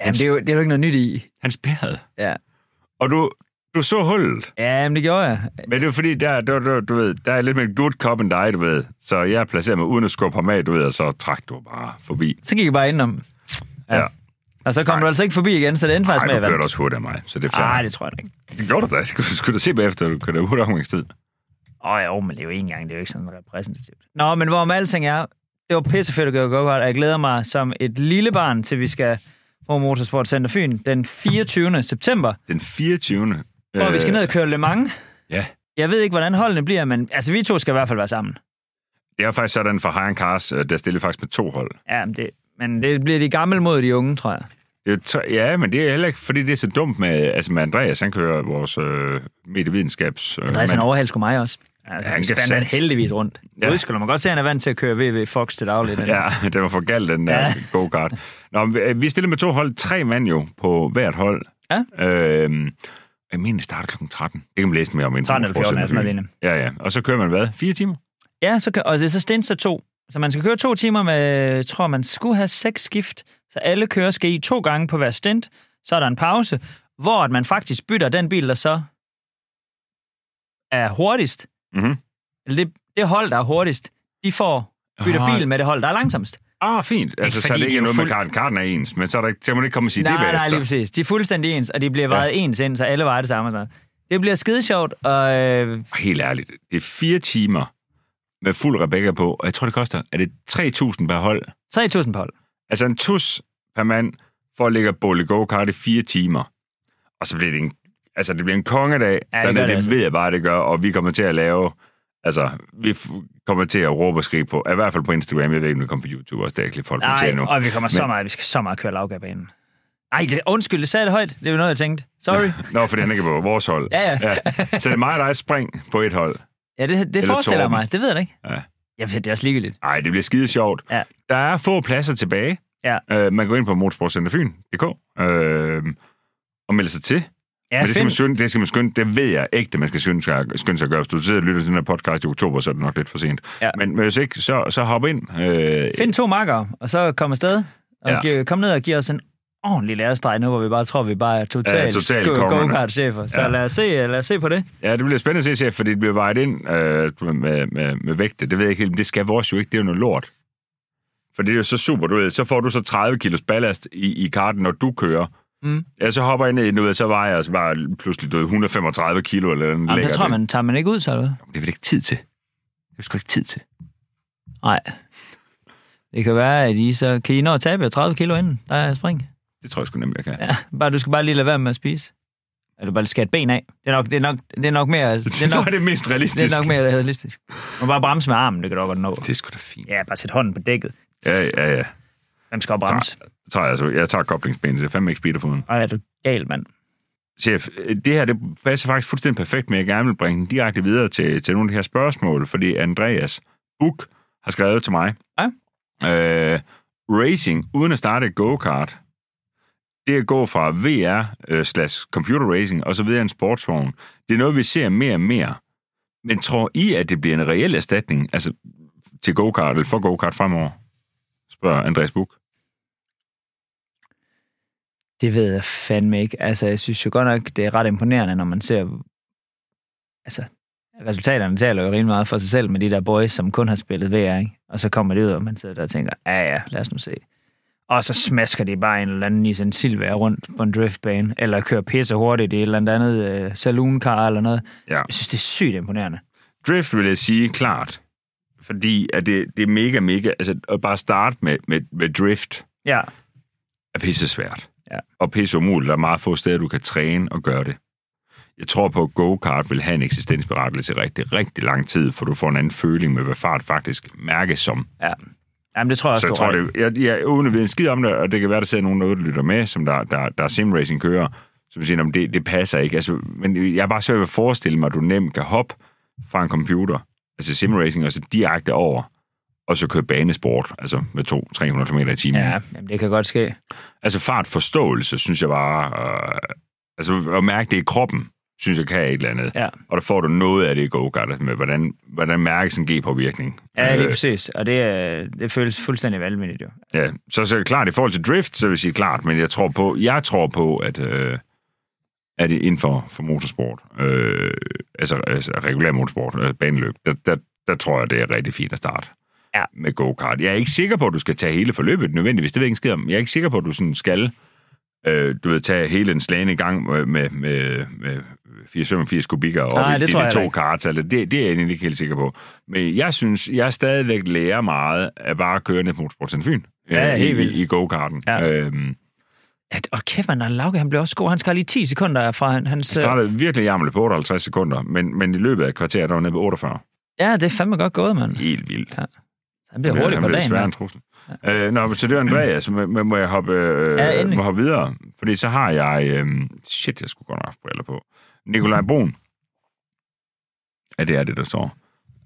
S2: Jamen, det er jo, det er jo ikke noget nyt i.
S1: Han spærrede.
S2: Ja.
S1: Og du, du så hullet.
S2: Jamen, det gjorde jeg.
S1: Men det er fordi, der, der, der, du ved, der er lidt mere good cop end dig, du ved. Så jeg placerer mig uden at skubbe ham af, du ved, og så trak du bare forbi.
S2: Så gik jeg bare indenom.
S1: Ja.
S2: Og så kom
S1: Nej.
S2: du altså ikke forbi igen, så det endte faktisk med
S1: Nej, du
S2: at være.
S1: kørte også hurtigt af mig, så det er
S2: Nej,
S1: fair.
S2: det tror jeg da ikke.
S1: Det gjorde du da. Det kunne du sgu da se bagefter, at du kørte hurtigt omgangstid.
S2: Åh, oh, jo, men det er jo en gang, det er jo ikke sådan repræsentativt. Nå, men hvorom alting er, det var pissefedt at gøre go-kart, og jeg glæder mig som et lille barn, til vi skal på Motorsport Center Fyn den 24. september,
S1: Den 24.
S2: hvor vi skal ned og køre Le Mans.
S1: Ja.
S2: Jeg ved ikke, hvordan holdene bliver, men altså, vi to skal i hvert fald være sammen.
S1: Det er faktisk sådan for Haran Cars, øh, der stiller faktisk med to hold.
S2: Ja, men det, men det bliver de gamle mod de unge, tror jeg.
S1: Det er tre, ja, men det er heller ikke, fordi det er så dumt med, altså med Andreas, han kører vores øh, medievidenskabs... Øh,
S2: Andreas, han
S1: mand.
S2: overhælder sgu mig også.
S1: Ja,
S2: Altså,
S1: han
S2: han
S1: kan
S2: spander
S1: satse.
S2: heldigvis rundt.
S1: Ja.
S2: Ja. Udskylder man godt se, at han er vant til at køre VV Fox til daglig. Den.
S1: Ja, det var for galt, den der ja.
S2: Ja.
S1: go-kart. Nå, men, øh, vi stiller med to hold, tre mand jo på hvert hold.
S2: Ja.
S1: Øh, jeg mener, det starter kl. 13. Det kan man læse mere om. inden på
S2: 13 eller altså, 14 er sådan noget
S1: Motorsportcenter
S2: lignende.
S1: Fyn. Ja, ja. Og så kører man hvad? Fire timer?
S2: Ja, så kø- og det er så stinser to. Så man skal køre to timer med, jeg tror man skulle have seks skift, så alle kører skal i to gange på hver stint, så er der en pause, hvor at man faktisk bytter den bil, der så er hurtigst.
S1: Mhm.
S2: Eller det, det hold, der er hurtigst, de får bytter
S1: Ah.
S2: bil med det hold, der er langsomst.
S1: Ah, fint. Altså, så er
S2: fordi, de
S1: det ikke
S2: er jo
S1: noget med
S2: fuld-
S1: karten. Karten er ens, men så, er der, ikke- så må man ikke komme og sige det
S2: nej, nej,
S1: bagefter.
S2: lige præcis. De er fuldstændig ens, og de bliver vejet ja. ens ind, så alle vejer det samme. og sådan noget. Det bliver skide sjovt, og øh,
S1: Og helt ærligt, det er fire timer med fuld Rebecca på, og jeg tror, det koster, er det 3.000 per hold?
S2: 3.000 på hold.
S1: Altså en tus per mand for at ligge og bolle go-kart i fire timer. Og så bliver det en, altså det bliver en kongedag,
S2: Ja,
S1: ja,
S2: det
S1: det,
S2: gør det
S1: det, det
S2: altså.
S1: ved jeg bare, det gør, og vi kommer til at lave, altså vi f- kommer til at råbe og skrige på, i hvert fald på Instagram, jeg ved ikke, om det kommer på YouTube også, der er ikke folk kommer til
S2: Nej,
S1: endnu.
S2: og vi kommer så
S1: Men-
S2: meget, vi skal så meget køre lavgabanen. Nej, det, undskyld, det sagde jeg det højt. Det var noget, jeg tænkte. Sorry.
S1: Nå, fordi han ikke er på vores hold.
S2: Ja, ja.
S1: ja. Så det er mig og dig spring på et hold.
S2: Ja, det, det
S1: Eller
S2: forestiller jeg
S1: Torben.
S2: mig. Det ved jeg da ikke.
S1: Ja.
S2: Jeg ved, det er også ligegyldigt.
S1: Nej, det bliver skide sjovt.
S2: Ja.
S1: Der er få pladser tilbage.
S2: Ja.
S1: Øh, man går ind på motorsportcenterfyn.dk øh, og melder sig til.
S2: Ja,
S1: Men det skal,
S2: find,
S1: man skynde, det skal man skynde, det ved jeg ægte, man skal skynde, sig- skynde sig at gøre. Hvis du sidder og lytter til den her podcast i oktober, så er det nok lidt for sent.
S2: Ja.
S1: Men, men hvis ikke, så, så hop ind. Øh,
S2: find to makker, og så kom afsted. Og
S1: Ja.
S2: ja. giv, kom ned og giv os en ordentlig lærestreg nu, hvor vi bare tror, vi bare er totalt,
S1: Ja, totalt
S2: go-
S1: kongerne.
S2: go-kart-chefer. Så
S1: Ja.
S2: ja. lad, os se, lad os se på det.
S1: Ja, det bliver spændende at se, chef, fordi det bliver vejet ind øh, med, med, med vægte. Det ved jeg ikke helt, men det skal vores jo ikke, det er jo noget lort. For det er jo så super, du ved, så får du så 30 kilos ballast i, i karten, når du kører.
S2: Mm.
S1: Ja, så hopper jeg ned, i den, du ved, så vejer jeg så bare pludselig du ved, 135 kilo eller en
S2: Jamen, det tror jeg, man, tager man ikke ud, så eller hvad?
S1: Det er vel ikke tid til. Det er sgu ikke tid til.
S2: Nej. Det kan være, at I så kan I nå at tabe jer 30 kilo inden, der er spring.
S1: Det tror jeg sgu nemlig, jeg kan. Ja.
S2: Ja, bare, du skal bare lige lade være med at spise. Eller bare lige skære et ben af. Det er nok, det er nok, det er nok mere... Det
S1: Det, det
S2: er
S1: tror
S2: nok,
S1: jeg, det er mest realistisk.
S2: det er nok mere realistisk. Man bare bremse med armen, det kan du godt nå.
S1: Det er sgu da fint.
S2: Ja, bare sæt hånden på dækket.
S1: Ja, ja, ja.
S2: Hvem skal bremse?
S1: Så tager jeg, altså, jeg tager koblingsbenet, så jeg fandme ikke speederfoden.
S2: Ej, er du gal, mand.
S1: Chef, det her det passer faktisk fuldstændig perfekt med, at jeg gerne vil bringe den direkte videre til, til nogle af de her spørgsmål, fordi Andreas Buk har skrevet til mig.
S2: Ja.
S1: Øh, racing uden at starte et go-kart, det at gå fra VR øh, slash computer racing og så videre en sportsvogn, det er noget, vi ser mere og mere. Men tror I, at det bliver en reel erstatning altså, til go-kart eller for go-kart fremover? Spørger Andreas Buk.
S2: Det ved jeg fandme ikke. Altså, jeg synes jo godt nok, det er ret imponerende, når man ser... Altså, resultaterne taler jo rimelig meget for sig selv med de der boys, som kun har spillet VR, ikke? Og så kommer det ud, og man sidder der og tænker, ja ja, lad os nu se. Og så smasker de bare en eller anden Nissan Silvia rundt på en driftbane, eller kører pisse hurtigt i et eller andet øh, saloonkar eller noget.
S1: Ja.
S2: Jeg synes, det er sygt imponerende.
S1: Drift vil jeg sige klart, fordi at det, det er mega, mega... Altså, at bare starte med, med, med drift
S2: Ja,
S1: er pisse svært.
S2: Ja.
S1: Og pisse umuligt. Der er meget få steder, du kan træne og gøre det. Jeg tror på, at go-kart vil have en eksistensberettelse i rigtig, rigtig lang tid, for du får en anden føling med, hvad fart faktisk mærkes som.
S2: ja. Jamen, det tror jeg også,
S1: Så jeg
S2: du har
S1: tror,
S2: ret i.
S1: det, jeg, jeg, uden at vide en skid om det, og det kan være, der sidder nogen, der lytter med, som der, der, der er simracing kører, som siger, at det, det passer ikke. Altså, men jeg er bare svært ved at forestille mig, at du nemt kan hoppe fra en computer, altså simracing, og så direkte over, og så køre banesport, altså med 200-300 km i timen.
S2: Ja, jamen, det kan godt ske.
S1: Altså fartforståelse, synes jeg bare, øh, altså at mærke det i kroppen, synes jeg kan et eller andet.
S2: Ja.
S1: Og der får du noget af det i go-kart, med hvordan, hvordan mærkes en G-påvirkning. Øh,
S2: Ja, lige præcis. Og det, øh, det føles fuldstændig vanvittigt jo.
S1: Ja, så, så er det klart, i forhold til drift, så vil jeg sige klart, men jeg tror på, jeg tror på at, øh, at inden for, for motorsport, øh, altså, altså regulær motorsport, øh, baneløb, der, der, der tror jeg, det er rigtig fint at starte
S2: Ja.
S1: med go-kart. Jeg er ikke sikker på, at du skal tage hele forløbet nødvendigvis, det ved jeg ikke en skid om. Jeg er ikke sikker på, at du sådan skal øh, du ved, tage hele den slagende gang med, med, med, med 485 kubikker og
S2: Nej,
S1: i
S2: det
S1: de
S2: tror
S1: der
S2: jeg
S1: to
S2: ikke.
S1: karts. Altså, det, det er jeg egentlig ikke helt sikker på. Men jeg synes, jeg stadigvæk lærer meget af bare at køre ned på Motorsportsen Fyn.
S2: Ja,
S1: øh,
S2: helt
S1: i,
S2: vildt.
S1: i, i go-karten.
S2: Ja.
S1: Øhm,
S2: Ja, og kæft, man, Lauke, han blev også god. Han skar lige 10 sekunder fra han- hans...
S1: så er det virkelig jammerligt på 58 sekunder, men, men i løbet af et kvarter, der var nede på 48.
S2: øh, Ja, det er fandme godt gået, mand.
S1: Helt vildt.
S2: Han bliver hurtigt
S1: han
S2: på
S1: blev
S2: dagen.
S1: desværre en
S2: mand.
S1: trussel. Ja. Øh, nå, men så det var Andreas, må, må- må jeg hoppe, øh,
S2: Ja,
S1: ja,
S2: endelig.
S1: må hoppe videre? Fordi så har jeg... Øh, shit, jeg skulle godt have haft briller på. Nikolaj Brun. Ja, det er det, der står.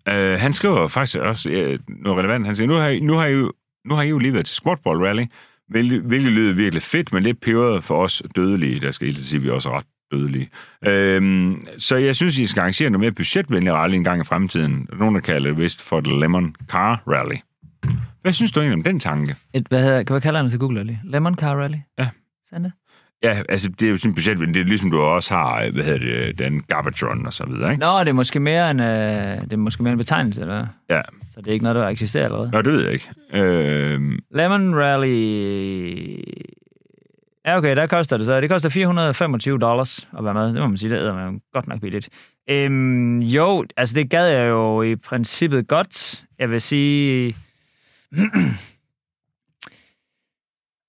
S1: Øh, han skriver faktisk også øh, noget relevant. Han siger, nu har, I, nu har, I, jo- nu har I jo lige været til Squatball Rally, hvil- hvilket lyder virkelig fedt, men lidt peberet for os dødelige. Der skal jeg hilse at sige, at vi er også ret dødelige. Øhm, så jeg synes, I skal arrangere noget mere budgetvenlig rally en gang i fremtiden. Nogen, der kalder det vist for et Lemon Car Rally. Hvad synes du egentlig om den tanke?
S2: Et, hvad, hedder, hvad kalder han det til Google lige? Lemon Car Rally?
S1: Ja.
S2: Sådan det?
S1: Ja, altså, det er jo sådan budget, det er ligesom du også har, øh, hvad hedder det, den Garbatron og så videre, ikke?
S2: Nå, det er måske mere en, øh, det er måske mere en betegnelse, eller hvad?
S1: Ja.
S2: Så det er ikke noget, der eksisterer allerede.
S1: Nå, det ved jeg ikke. Øhm,
S2: Lemon Rally... Ja, okay, der koster det så. Det koster 425 dollars at være med. Det må man sige, det er man godt nok billigt. Øhm, jo, altså det gad jeg jo i princippet godt. Jeg vil sige...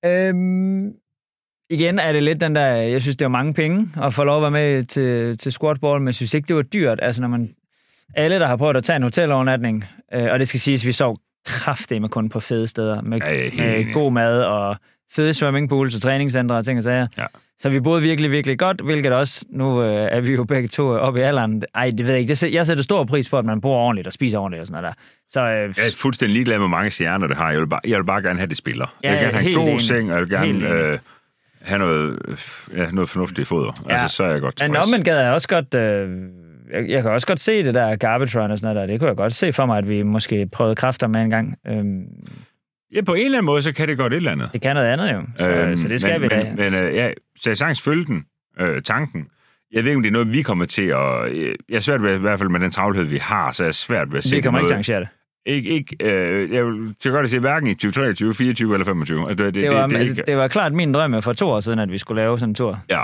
S2: øhm, igen er det lidt den der, jeg synes, det var mange penge at få lov at være med til, til squatball, men jeg synes ikke, det var dyrt. Altså når man... Alle, der har prøvet at tage en hotelovernatning, øh, og det skal siges, vi sov kraftedeme kun på fede steder, med,
S1: Ja, jeg er helt
S2: med
S1: enig.
S2: god mad og fede swimmingpools og træningscentre og ting og sager.
S1: Ja.
S2: Så vi boede virkelig, virkelig godt, hvilket også, nu øh, er vi jo begge to øh, oppe i alderen. Ej, det ved jeg ikke. Det, sæt- jeg sætter stor pris på, at man bor ordentligt og spiser ordentligt og sådan noget der. Så øh,
S1: jeg er fuldstændig ligeglad med, hvor mange stjerner det har. Jeg vil bare, jeg vil bare gerne have, det spiller.
S2: Ja,
S1: jeg vil gerne have en
S2: helt
S1: god
S2: enig.
S1: seng, og jeg vil gerne
S2: Helt enig.
S1: øh, have noget, øh, ja, noget fornuftigt foder. Ja.
S2: Ja.
S1: Altså, så er jeg godt
S2: Men
S1: tilfreds.
S2: omvendt gad jeg også godt... Øh, jeg, jeg kan også godt se det der garbage run og sådan noget der. Det kunne jeg godt se for mig, at vi måske prøvede kræfter med en gang. Øhm,
S1: Ja, på en eller anden måde, så kan det godt et eller andet.
S2: det kan noget andet jo, så, øhm, så det skal
S1: men,
S2: vi da.
S1: Men, men øh, ja, så jeg sagtens følge den, øh, tanken. Jeg ved ikke, om det er noget, vi kommer til at... Øh, jeg er svært ved, i hvert fald med den travlhed, vi har, så jeg er svært ved at
S2: vi
S1: sikre
S2: kommer
S1: noget.
S2: ikke til at arrangere det.
S1: ikke, ikke øh, jeg vil til godt at sige, hverken i 2023, 24 eller 25. Altså, det, det,
S2: Det, var,
S1: det, det, er ikke,
S2: det var klart min drøm for to år siden, at vi skulle lave sådan en tur.
S1: ja.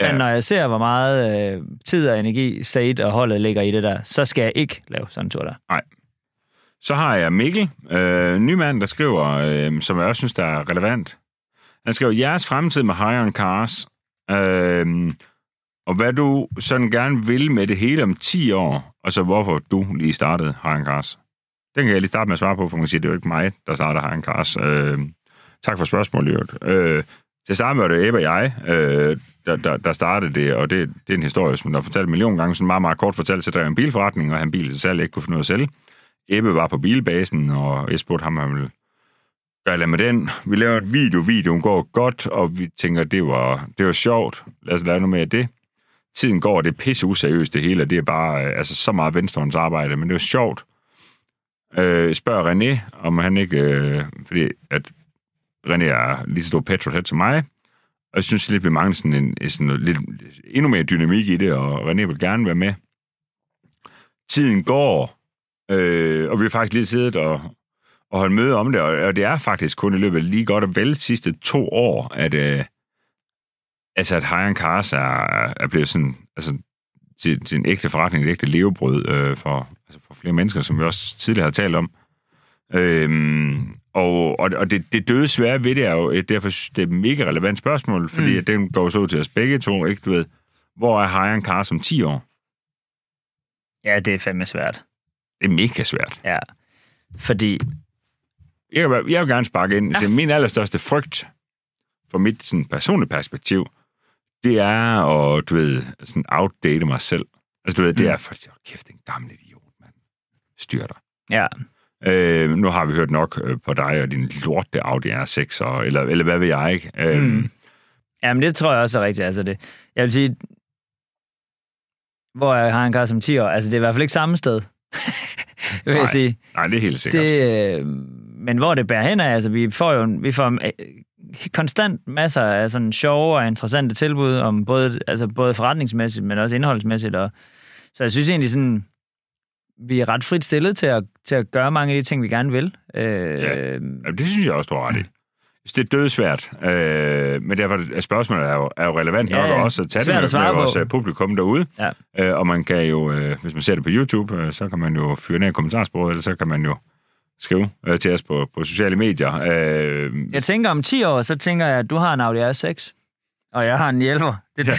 S2: Ja.
S1: Ja.
S2: Men når jeg ser, hvor meget øh, tid og energi Said og holdet ligger i det der, så skal jeg ikke lave sådan en tur der.
S1: Så har jeg Mikkel, øh, ny mand, der skriver, øh, som jeg også synes, der er relevant. Han skriver, jeres fremtid med Hire Cars, øh, og hvad du sådan gerne vil med det hele om 10 år, og så hvorfor du lige startede Hire Cars. Den kan jeg lige starte med at svare på, for man kan sige, det er jo ikke mig, der startede Hire Cars. Øh, tak for spørgsmålet, i øvrigt. Øh, til at starte med var det Ebbe og jeg, øh, der, der, der startede det, og det, det er en historie, som der er fortalt en million gange, sådan meget, meget kort fortalt, så drev jeg en bilforretning, og han bil til salg ikke kunne finde ud af at sælge. Ebbe var på bilbasen, og jeg spurgte ham, om han ville gøre et eller andet med den. Vi laver et video, videoen går godt, og vi tænker, det var, det var sjovt. Lad os lave noget mere af det. Tiden går, og det er pisse useriøst det hele, og det er bare øh, altså, så meget venstrehånds arbejde, men det var sjovt. Øh, spørger René, om han ikke... Øh, fordi at René er lige så stor petrolhead som mig, Og jeg synes lidt, vi mangler sådan, en, sådan noget, lidt, endnu mere dynamik i det, og René vil gerne være med. Tiden går, øh, og vi har faktisk lige siddet og, og holdt møde om det, og, og det er faktisk kun i løbet af lige godt og vel de sidste to år, at, øh, altså, at Hayan Cars er, er blevet sådan, altså, til, til en ægte forretning, et ægte levebrød øh, for, altså for flere mennesker, som vi også tidligere har talt om. Øhm, og og, og det, det døde svære ved det er jo, et- derfor synes jeg, det er et mega relevant spørgsmål, fordi
S2: Mm.
S1: mm. at den går jo så ud til os begge to, ikke? Du ved, hvor er Hayan Cars om 10 år?
S2: Ja, det er fandme svært.
S1: Det er mega svært.
S2: Ja. Fordi,
S1: Jeg, kan være- jeg vil gerne sparke ind. Ja. Min allerstørste frygt, fra mit sådan, personlige perspektiv, det er at, du ved, sådan outdate mig selv. Altså, du ved, det
S2: Mm.
S1: er, for oh, kæft, den gamle idiot, mand. Styr dig.
S2: ja,
S1: Øh, nu har vi hørt nok øh, på dig og din lorte Audi R6, og, eller, eller hvad ved jeg, ikke? Øh,
S2: Mm.
S1: mm.
S2: Jamen, det tror jeg også er rigtigt. Altså det, jeg vil sige, hvor jeg har en kar som 10 år, altså det er i hvert fald ikke samme sted, vil
S1: Nej,
S2: jeg sige.
S1: Nej, det er helt sikkert. Det...
S2: Det, øh, men hvor det bærer hen af, altså vi får jo en- vi får øh, konstant masser af sådan sjove og interessante tilbud, om både, altså både forretningsmæssigt, men også indholdsmæssigt. Og, så jeg synes egentlig sådan, vi er ret frit stillet til at, til at gøre mange af de ting, vi gerne vil. Øh,
S1: Ja. Jamen, det synes jeg også, du har ret i. Jeg synes, Det er dødsvært, øh, men derfor er spørgsmålet er jo, er jo relevant
S2: Ja,
S1: nok
S2: ja.
S1: også at tage
S2: Svært at
S1: det med,
S2: svare
S1: med
S2: på.
S1: vores øh, publikum derude.
S2: Ja.
S1: Øh, og man kan jo, øh, hvis man ser det på YouTube, øh, så kan man jo fyre ned i kommentarsporet, eller så kan man jo skrive øh, til os på, på sociale medier. Øh,
S2: Jeg tænker om 10 år, så tænker jeg, at du har en Audi R6, og jeg har en hjælper. Det,
S1: Ja,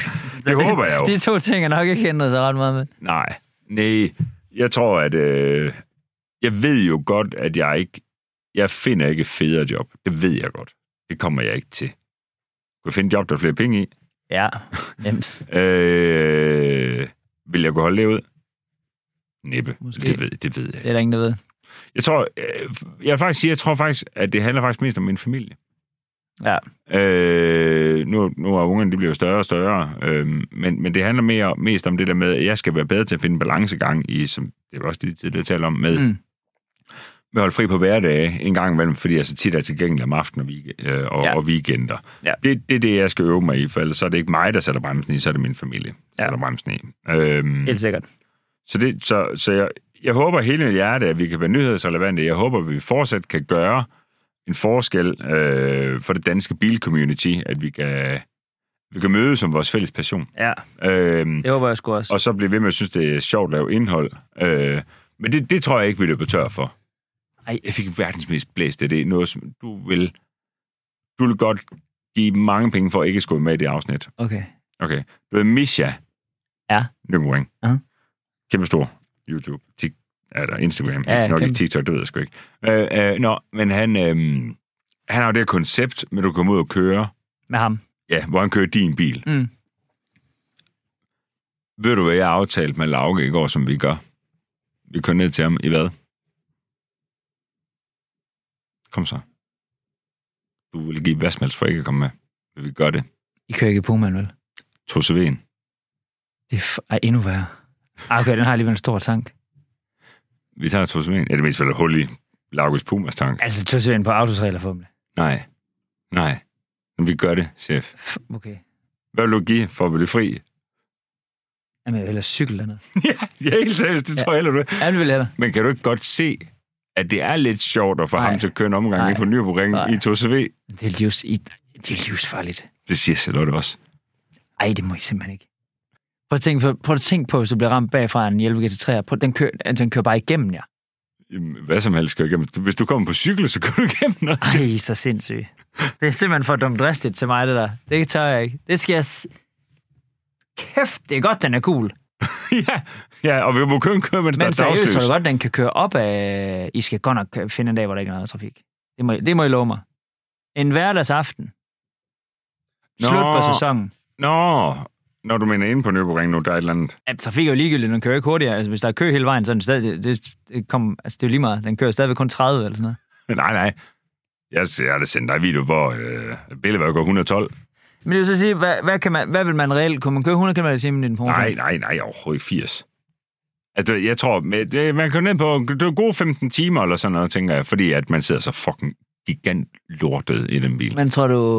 S1: det håber jeg jo.
S2: De to ting er nok ikke ændret sig ret meget med.
S1: Nej, nej. Jeg tror, at... Øh, jeg ved jo godt, at jeg ikke... Jeg finder ikke et federe job. Det ved jeg godt. Det kommer jeg ikke til. Kunne jeg finde et job, der er flere penge i?
S2: Ja, nemt.
S1: Øh, vil jeg kunne holde det ud? Næppe.
S2: Måske.
S1: Det ved, det ved jeg ikke.
S2: Det er der ingen, der ved.
S1: Jeg tror, øh, jeg vil faktisk sige, jeg tror faktisk, at det handler faktisk mest om min familie.
S2: Ja.
S1: Øh, nu, nu er ungerne, de bliver jo større og større, øh, men, men det handler mere, mest om det der med, at jeg skal være bedre til at finde en balancegang i, som det var også lige tidligere talt om, med, mm.
S2: Mm.
S1: med at holde fri på hverdage en gang imellem, fordi jeg så tit er tilgængelig om aftenen og, week- øh, og,
S2: Ja.
S1: ja. og weekender.
S2: Ja.
S1: Det, det er det, jeg skal øve mig i, for ellers så er det ikke mig, der sætter bremsen i, så er det min familie, der
S2: Ja.
S1: sætter bremsen i. Øhm,
S2: Helt sikkert. Så
S1: så, det, så, så jeg, jeg håber hele mit hjerte, at vi kan være nyhedsrelevante. Jeg håber, at vi fortsat kan gøre en forskel øh, for det danske bilcommunity, at vi kan, vi kan mødes som vores fælles passion.
S2: Ja,
S1: Øh,
S2: det håber jeg sgu også.
S1: og så blive ved med at synes, det er sjovt at lave indhold. Øh, men det, det tror jeg ikke, vi løber tør for.
S2: Ej.
S1: Jeg fik verdens mest blæst af det. Noget, som du vil, du vil godt give mange penge for at ikke skulle være med i det afsnit.
S2: Okay.
S1: Okay. Du ved Misha.
S2: Ja.
S1: Nyborg.
S2: Ja.
S1: Kæmpe stor. YouTube. Tik, eller Instagram.
S2: Ja,
S1: Ja, Nok
S2: kæmpe.
S1: ikke TikTok, det ved jeg sgu ikke. Øh, øh, nå, men han, øh, han har jo det her koncept, med at du kommer ud og kører,
S2: Med ham.
S1: ja, hvor han kører din bil.
S2: Mm.
S1: Ved du, hvad jeg aftalte med Lauke i går, som vi gør? Vi kører ned til ham i hvad? Kom så. Du vil give hvad som helst for ikke at komme med. Vil vi gøre det?
S2: I kører ikke i Pumaen, vel?
S1: Trusse Ven.
S2: Det er f- Ej, endnu værre. Ah, Okay, den har alligevel en stor tank.
S1: Vi tager Trusse Ven. Ja, det mest vel hul i Laukes Pumas tank.
S2: Altså, tøsvind på autosregler for dem.
S1: Nej. Nej. Men vi gør det, chef.
S2: F- Okay.
S1: Hvad vil du give for at blive fri?
S2: Jamen, jeg vil hellere cykle dernede.
S1: ja, helt seriøst, det
S2: Ja.
S1: tror jeg heller du er.
S2: Ja, det vil jeg hellere.
S1: Men kan du ikke godt se, at det er lidt sjovt at få
S2: Nej.
S1: ham til at køre en omgang
S2: Nej.
S1: ind på Nyborg
S2: Nej.
S1: i 2CV?
S2: Det er livs... I... Det er livsfarligt.
S1: Det siger Charlotte også.
S2: Ej, det må I simpelthen ikke. Prøv at tænke på, prøv at tænke på hvis du bliver ramt bagfra af en 11 GT3'er. Prøv, den, kører, altså, den kører bare igennem jer.
S1: Jamen, Hvad som helst kører igennem. Hvis du kommer på cykel, så kører du igennem noget.
S2: Ej, så sindssygt. Det er simpelthen for dumt dristigt til mig, det der. Det tør jeg ikke. Det skal jeg... S- Kæft, det er godt, den er cool.
S1: ja. ja, og vi må kun køre, mens der
S2: Men
S1: er
S2: seriøst
S1: dagslys.
S2: tror du godt, den kan køre op af... I skal godt nok finde en dag, hvor der ikke er noget trafik. Det må, I- det må I love mig. En hverdagsaften.
S1: Nå.
S2: Slut på sæsonen.
S1: Nå, når du mener inde på Nyborg nu, der er et eller andet.
S2: Ja, trafik er jo ligegyldigt, den kører ikke hurtigere. Altså, hvis der er kø hele vejen, så er den stadig... Det, det, det, kom, altså, det er jo lige meget. Den kører stadigvæk kun 30 eller sådan noget.
S1: Nej, nej. Jeg jeg har da sendt dig en video, hvor øh, Bille var 112.
S2: Men det vil så sige, hvad, hvad, kan man, hvad vil man reelt? Kunne man køre 100 km i timen i den promotion?
S1: Nej, nej, nej, overhovedet ikke 80. Altså, jeg tror, med- det- man kan ned på det er gode 15 timer eller sådan noget, tænker jeg, fordi at man sidder så fucking gigant lortet i den bil.
S2: Men tror du...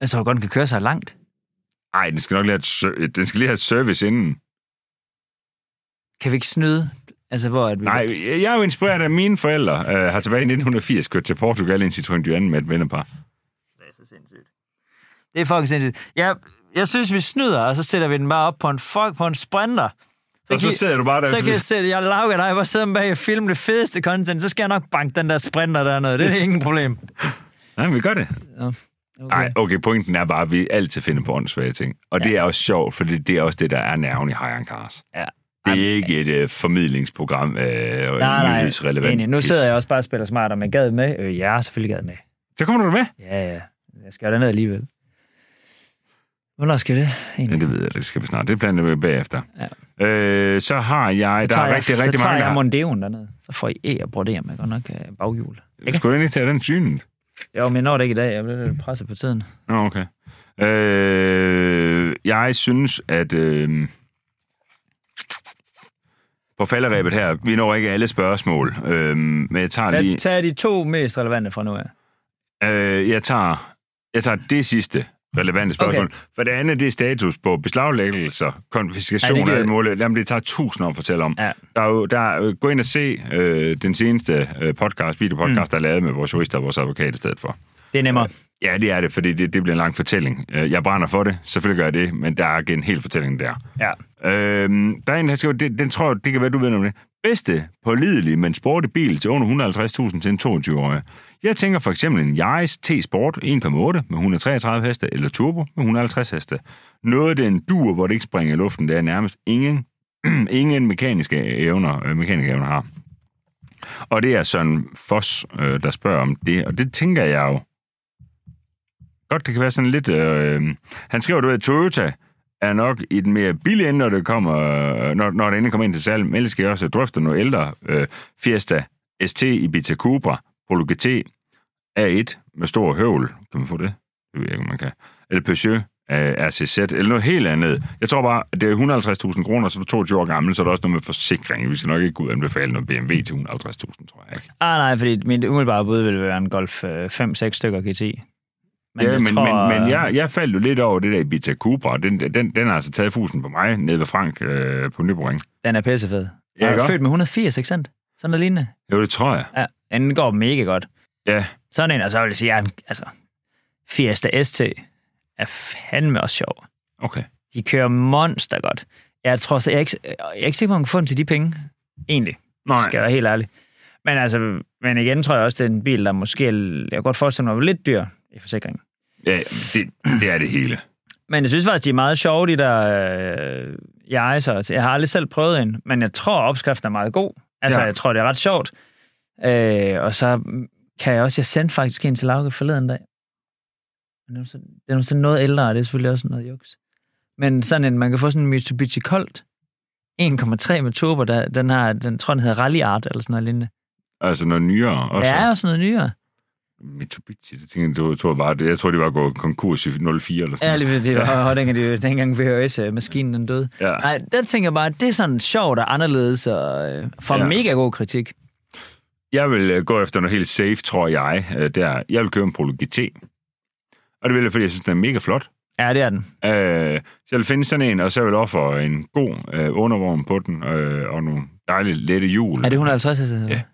S2: Jeg tror altså, godt, den kan køre sig langt.
S1: Ej, den skal nok lige have, et ser- den skal lige have service inden.
S2: Kan vi ikke snyde? Altså, hvor er vi?
S1: Nej, jeg er jo inspireret af mine forældre. Øh, har tilbage i 1980 kørt til Portugal i en Citroën Dyane med et vennepar.
S2: Det er så sindssygt. Det er fucking sindssygt. Jeg, jeg synes, vi snyder, og så sætter vi den bare op på en, fuck, på en sprinter.
S1: Og så
S2: kan-
S1: sidder du bare der.
S2: Så kan jeg sætte, jeg lager dig, bare sidder bag og filme det fedeste content, så skal jeg nok banke den der sprinter dernede. Det er ingen problem.
S1: Nej, men vi gør det.
S2: Okay.
S1: Nej, okay, pointen er bare, at vi altid finder på åndssvage ting. Og ja. det er også sjovt, for det, det er også det, der er nerven i High on Cars.
S2: Ja.
S1: Det er ikke et øh, formidlingsprogram, øh,
S2: Nej,
S1: og
S2: nej,
S1: nyhedsrelevant.
S2: enig. Nu
S1: pis.
S2: sidder jeg også bare og spiller smart, om jeg gad med. Øh, ja, selvfølgelig gad med.
S1: Så kommer du med?
S2: Ja, ja. Jeg skal jo derned alligevel. Hvornår skal det?
S1: Ja,
S2: Egentlig?
S1: det ved jeg, det skal vi snart. Det planer vi bagefter. Ja. Øh, så har jeg...
S2: Så
S1: der
S2: tager
S1: er
S2: jeg-
S1: rigtig, rigtig
S2: så
S1: mange,
S2: tager
S1: der...
S2: jeg Mondeoen dernede. Så får I æ og broder med godt nok øh, baghjul.
S1: Har... Skulle du egentlig tage den synen?
S2: Jo, men jeg når det ikke i dag. Jeg bliver lidt presset på tiden.
S1: Nå, okay. Øh, jeg synes, at... Øh, på falderæbet her, vi når ikke alle spørgsmål, øh, men jeg tager lige...
S2: Tag, tag de to mest relevante fra nu af.
S1: Øh, jeg, tager, jeg tager det sidste relevante spørgsmål. Okay. For det andet, det er status på beslaglæggelser,
S2: Ej, det
S1: konfiskation og
S2: gider-
S1: alt muligt. Jamen, det tager tusind år at fortælle om.
S2: Ja.
S1: Der er jo, der er, øh, gå ind og se øh, den seneste øh, podcast, videopodcast, mm. der er lavet med vores jurister og vores advokat i stedet for.
S2: Det er nemmere.
S1: Ja, det er det, fordi det, det bliver en lang fortælling. Øh, Jeg brænder for det, selvfølgelig gør jeg det, men der er ikke en hel fortælling der.
S2: Ja.
S1: Øhm, der er en, der skriver, det, den tror jeg, det kan være, du ved noget om det. Bedste, pålidelig, men sporte bil til under 150.000 til en 22-årig. Jeg tænker for eksempel en Yaris T-Sport 1.8 med 133 heste, eller Turbo med 150 heste. Noget, den dur, hvor det ikke springer i luften, der er nærmest ingen, ingen mekaniske evner, øh, mekanikerevner har. Og det er Søren Foss, øh, der spørger om det, og det tænker jeg jo, godt, det kan være sådan lidt... Øh, han skriver, du ved, Toyota er nok i den mere billige ende, når det kommer, øh, når, når det endelig kommer ind til salg. Men ellers skal jeg også drøfte noget ældre. Øh, Fiesta ST Ibiza Cobra, Polo GT A1 med stor høvl. Kan man få det? Det ved jeg ikke, om man kan. Eller Peugeot øh, RCZ, eller noget helt andet. Jeg tror bare, at det er 150.000 kroner, så er du 22 år gammel, så er der også noget med forsikring. Vi skal nok ikke gå ud og anbefale noget BMW til 150.000, tror jeg ikke.
S2: Ah, nej, fordi mit umiddelbare bud ville være en Golf øh, 5-6 stykker GT.
S1: Men ja,
S2: jeg
S1: men,
S2: tror,
S1: men, men
S2: øh,
S1: jeg, jeg faldt jo lidt over det der Ibiza Cobra. Den, den, den har altså taget fusen på mig nede ved Frank øh, på Nyborg.
S2: Den er pissefed.
S1: Ja,
S2: Ja, jeg
S1: ikke
S2: er født med 180, ikke sandt? Sådan noget lignende.
S1: Jo, det tror jeg.
S2: Ja, den går mega godt.
S1: Ja.
S2: Sådan en, og så vil jeg sige, at jeg er en- altså, Fiesta ST er fandme også sjov.
S1: Okay.
S2: De kører monster godt. Jeg tror så, jeg er ikke, jeg er ikke sikker på, at man kan få den til de penge. Egentlig,
S1: Nej.
S2: skal jeg være helt ærlig. Men, altså, men igen tror jeg også, det er en bil, der måske, jeg kan godt forestille mig, er lidt dyr i forsikringen.
S1: Ja, det, det er det hele.
S2: Men jeg synes faktisk, de er meget sjove, de der øh, jeg Jeg har aldrig selv prøvet en, men jeg tror, opskriften er meget god. Altså,
S1: Ja.
S2: ja. jeg tror, det er ret sjovt. Øh, og så kan jeg også... Jeg sendte faktisk en til Lauke forleden dag. Men det er jo så- det er jo sådan noget ældre, og det er selvfølgelig også noget juks. Men sådan en, man kan få sådan en Mitsubishi Colt. 1,3 med turbo, der, den har, den tror, den hedder Rally Art, eller sådan noget lignende.
S1: Altså noget nyere
S2: Og
S1: også.
S2: der er jo sådan noget nyere.
S1: Mitsubishi, det tænker jeg, det tror jeg bare, det, jeg tror, de var gået konkurs i 04 eller sådan
S2: Ærligt, det var ja. dengang, de- dengang VHS-maskinen øh, den døde.
S1: Ja.
S2: Nej, der tænker jeg bare, at det er sådan sjovt og anderledes, og øh, får
S1: Ja.
S2: ja. mega god kritik.
S1: Jeg vil øh, gå efter noget helt safe, tror jeg. Øh, der. Jeg vil købe en Prolo GT. Og det vil jeg, fordi jeg synes, den er mega flot.
S2: Ja, det er den.
S1: Øh, så jeg vil finde sådan en, og så vil jeg ofre en god øh, undervogn på den, øh, og nogle dejlige lette hjul.
S2: Er det 150? Altså?
S1: Ja.
S2: Den
S1: Det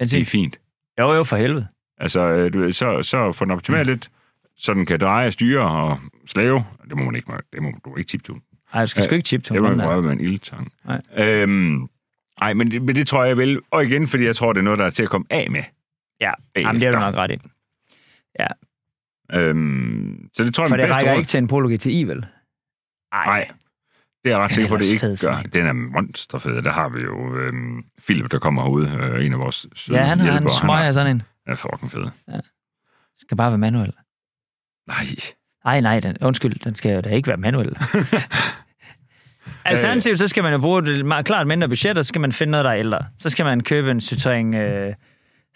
S1: er
S2: siger,
S1: fint.
S2: jo, jo, for helvede.
S1: Altså, øh, du ved, så, så få den optimalt lidt, så den kan dreje, styre og slave. Det må man ikke, man- det må du må ikke tiptune.
S2: Ej, du skal
S1: Ja,
S2: sgu ikke chip til
S1: Det må
S2: den
S1: man
S2: der.
S1: røre med en ildtang.
S2: Nej.
S1: Øhm, ej, men det, men det tror jeg vel. Og igen, fordi jeg tror, det er noget, der er til at komme af med.
S2: Ja, Jamen, det er du
S1: bagefter.
S2: nok ret i.
S1: Øhm, så det tror jeg,
S2: For
S1: den
S2: det
S1: bedste
S2: rækker
S1: råd-
S2: ikke til en Polo GTI, vel?
S1: Nej, det er jeg ret
S2: Den
S1: sikker
S2: er
S1: på, det
S2: ellers
S1: ikke
S2: fed,
S1: gør.
S2: sådan en.
S1: Den er monsterfed. Der har vi jo øhm, Philip, der kommer herude, øh, en af vores søde
S2: Ja, han har en
S1: hjælpere.
S2: smøg af sådan en.
S1: Han er fucking fed.
S2: Skal bare være manuel.
S1: Nej.
S2: Nej, nej, den, undskyld, den skal jo da ikke være manuel. Alternativt, så skal man jo bruge et meget, klart mindre budget, og så skal man finde noget, der er ældre. Så skal man købe en Citroën øh,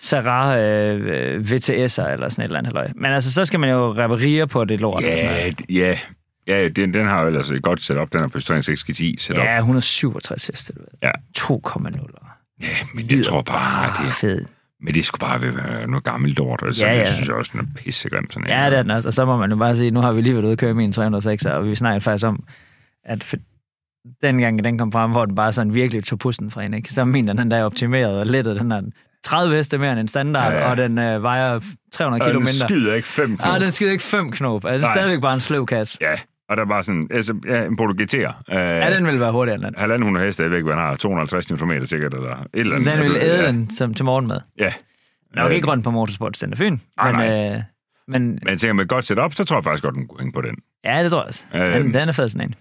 S2: Sarah øh, øh, VTS'er eller sådan et eller andet. Halløj. Men altså, så skal man jo reparere på det lort.
S1: Ja, d- ja. Ja, den, den har jo ellers et godt setup. Den er på Strand 6 10 setup.
S2: ja 167 heste. du ved.
S1: Ja.
S2: 2,0. Ah,
S1: Ja, men jeg tror bare, at det
S2: fedt.
S1: Men det skulle bare være noget gammelt lort, og så
S2: Ja,
S1: ja, ja.
S2: ja.
S1: det synes jeg også, den er pissegrim. Sådan en.
S2: Ja, det er den også. Og så må man jo bare sige, nu har vi lige været ude at køre min 306, og vi snakkede faktisk om, at for dengang den kom frem, hvor den bare sådan virkelig tog pusten fra en, ikke? så er min den, den der er optimeret og lettet, den er 30 heste mere end en standard, ja,
S1: Ja, ja.
S2: ja. og den øh, vejer 300 kilo
S1: og den
S2: mindre.
S1: skyder ikke fem
S2: Ah,
S1: knop.
S2: den skyder ikke 5 knop. Altså, det er
S1: Nej.
S2: stadigvæk bare en sløv kasse.
S1: Ja, og der var sådan, altså, ja, en Polo GT'er. Øh,
S2: Ja,
S1: ja,
S2: den vil være hurtigere end den.
S1: 1.500 heste, jeg ved ikke, hvad han har, 250 km sikkert, eller et eller andet. Altså,
S2: Den vil æde
S1: ja.
S2: den som, til morgenmad.
S1: Ja.
S2: Nok
S1: Øh,
S2: ikke rundt på Motorsport Center Fyn,
S1: Nej,
S2: men, øh, men
S1: Men jeg tænker, med et godt setup, så tror jeg faktisk godt, den kunne hænge på den.
S2: ja, det tror jeg også.
S1: Øhm.
S2: Den, den er fed sådan en.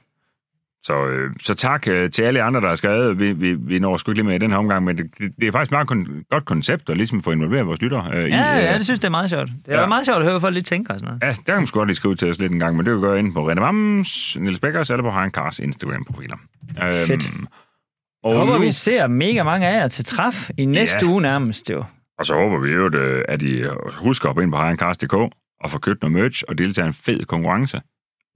S1: Så, øh, så tak øh, til alle andre, der har skrevet. Vi, vi, vi når sgu ikke lige med i den her omgang, men det, det det er faktisk et meget kon- godt koncept at ligesom få involveret vores lytter. Øh,
S2: Ja,
S1: i, øh,
S2: ja, det synes jeg, det er meget sjovt. Det er
S1: Ja.
S2: meget sjovt at høre, hvad folk lige tænker og sådan noget.
S1: Ja, der kan man sgu godt lige skrive til os lidt en gang, men det vil vi gøre inde på René Vams, Niels Beckers eller på Hein Kars Instagram-profiler. Øhm,
S2: Fedt.
S1: Og,
S2: Jeg håber,
S1: nu,
S2: vi ser mega mange af jer til træf i næste
S1: Ja.
S2: ja. uge nærmest, jo.
S1: og så håber vi jo, at I øh, husker at gå ind på heinkars.dk og få købt noget merch og deltage i en fed konkurrence.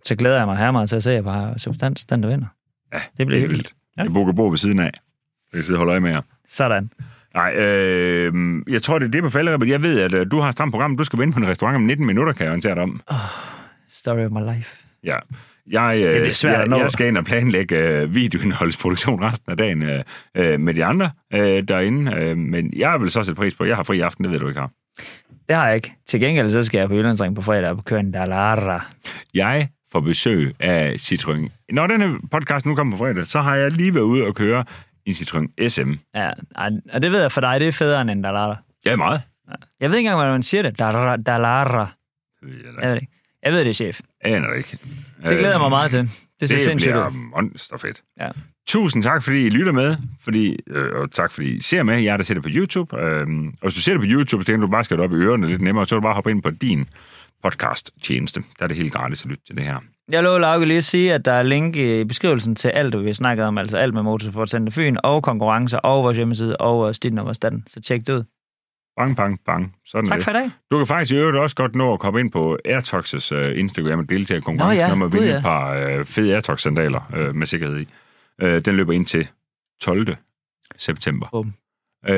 S2: Så glæder jeg mig her meget til at se, at bare substans, den der vinder.
S1: Ja,
S2: det bliver
S1: Helt
S2: hyggeligt.
S1: vildt.
S2: Ja.
S1: Jeg bor bo ved siden af. Jeg kan sidde og holde øje med jer.
S2: Sådan.
S1: Nej, øh, jeg tror, det er det på falderæbet. Jeg ved, at øh, du har et stramt program. Du skal vinde på en restaurant om 19 minutter, kan jeg orientere dig
S2: Ah.
S1: om.
S2: Story of my life.
S1: Ja. Jeg, øh,
S2: bliver svært
S1: jeg,
S2: at nå.
S1: jeg skal ind og planlægge øh, videoindholdsproduktion resten af dagen øh, øh, med de andre øh, derinde. Øh, men jeg vil så sætte pris på, at jeg har fri aften, det ved du ikke har.
S2: Det har jeg ikke. Til gengæld så skal jeg på Jyllandsring på fredag og køre en Dallara.
S1: Jeg får besøg af Citroën. Når denne podcast nu kommer på fredag, så har jeg lige været ude og køre en Citroën SM.
S2: Ja, ej, og det ved jeg for dig, det er federe end en Dallara.
S1: Ja, meget.
S2: Jeg ved ikke engang, hvordan man siger det. Dallara. Dallara. Jeg ved det ikke. Jeg ved det, chef.
S1: Jeg aner det ikke.
S2: Det glæder jeg mig meget til. Det ser
S1: Øh, Det
S2: sindssygt
S1: bliver
S2: ud.
S1: monsterfedt.
S2: Ja.
S1: Tusind tak, fordi I lytter med, fordi, øh, og tak, fordi I ser med, jer, der ser det på YouTube. Øh, og hvis du ser det på YouTube, så tænker du bare, skal det op i ørerne lidt nemmere, så er du bare hoppe ind på din podcast-tjeneste. Der er det helt gratis at lytte til det her.
S2: Jeg lovede Lauke lige at sige, at der er link i beskrivelsen til alt, hvad vi har snakket om, altså alt med Motorsport Center Fyn, og konkurrencer, og vores hjemmeside, og vores dit nummer stand. Så tjek det ud.
S1: Bang, bang, bang. Sådan er
S2: Tak
S1: det.
S2: for i dag.
S1: Du kan faktisk i øvrigt også godt nå at komme ind på Airtox' øh, Instagram og deltage i konkurrencen
S2: Nå ja,
S1: om at
S2: gud
S1: vinde
S2: ja.
S1: et par øh, fede Airtox-sandaler øh, med sikkerhed i. Øh, den løber ind til 12. september.
S2: Bum.
S1: Øh,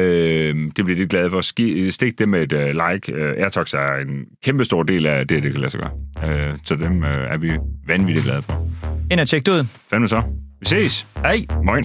S1: det bliver de glade for. Ski- Stik det med et øh, like. Øh, Airtox er en kæmpe stor del af det, det kan lade sig gøre. Øh, så dem øh, er vi vanvittigt glade for.
S2: Ind og tjek det ud.
S1: Fandme så. Vi ses.
S2: Hej.
S1: Moin.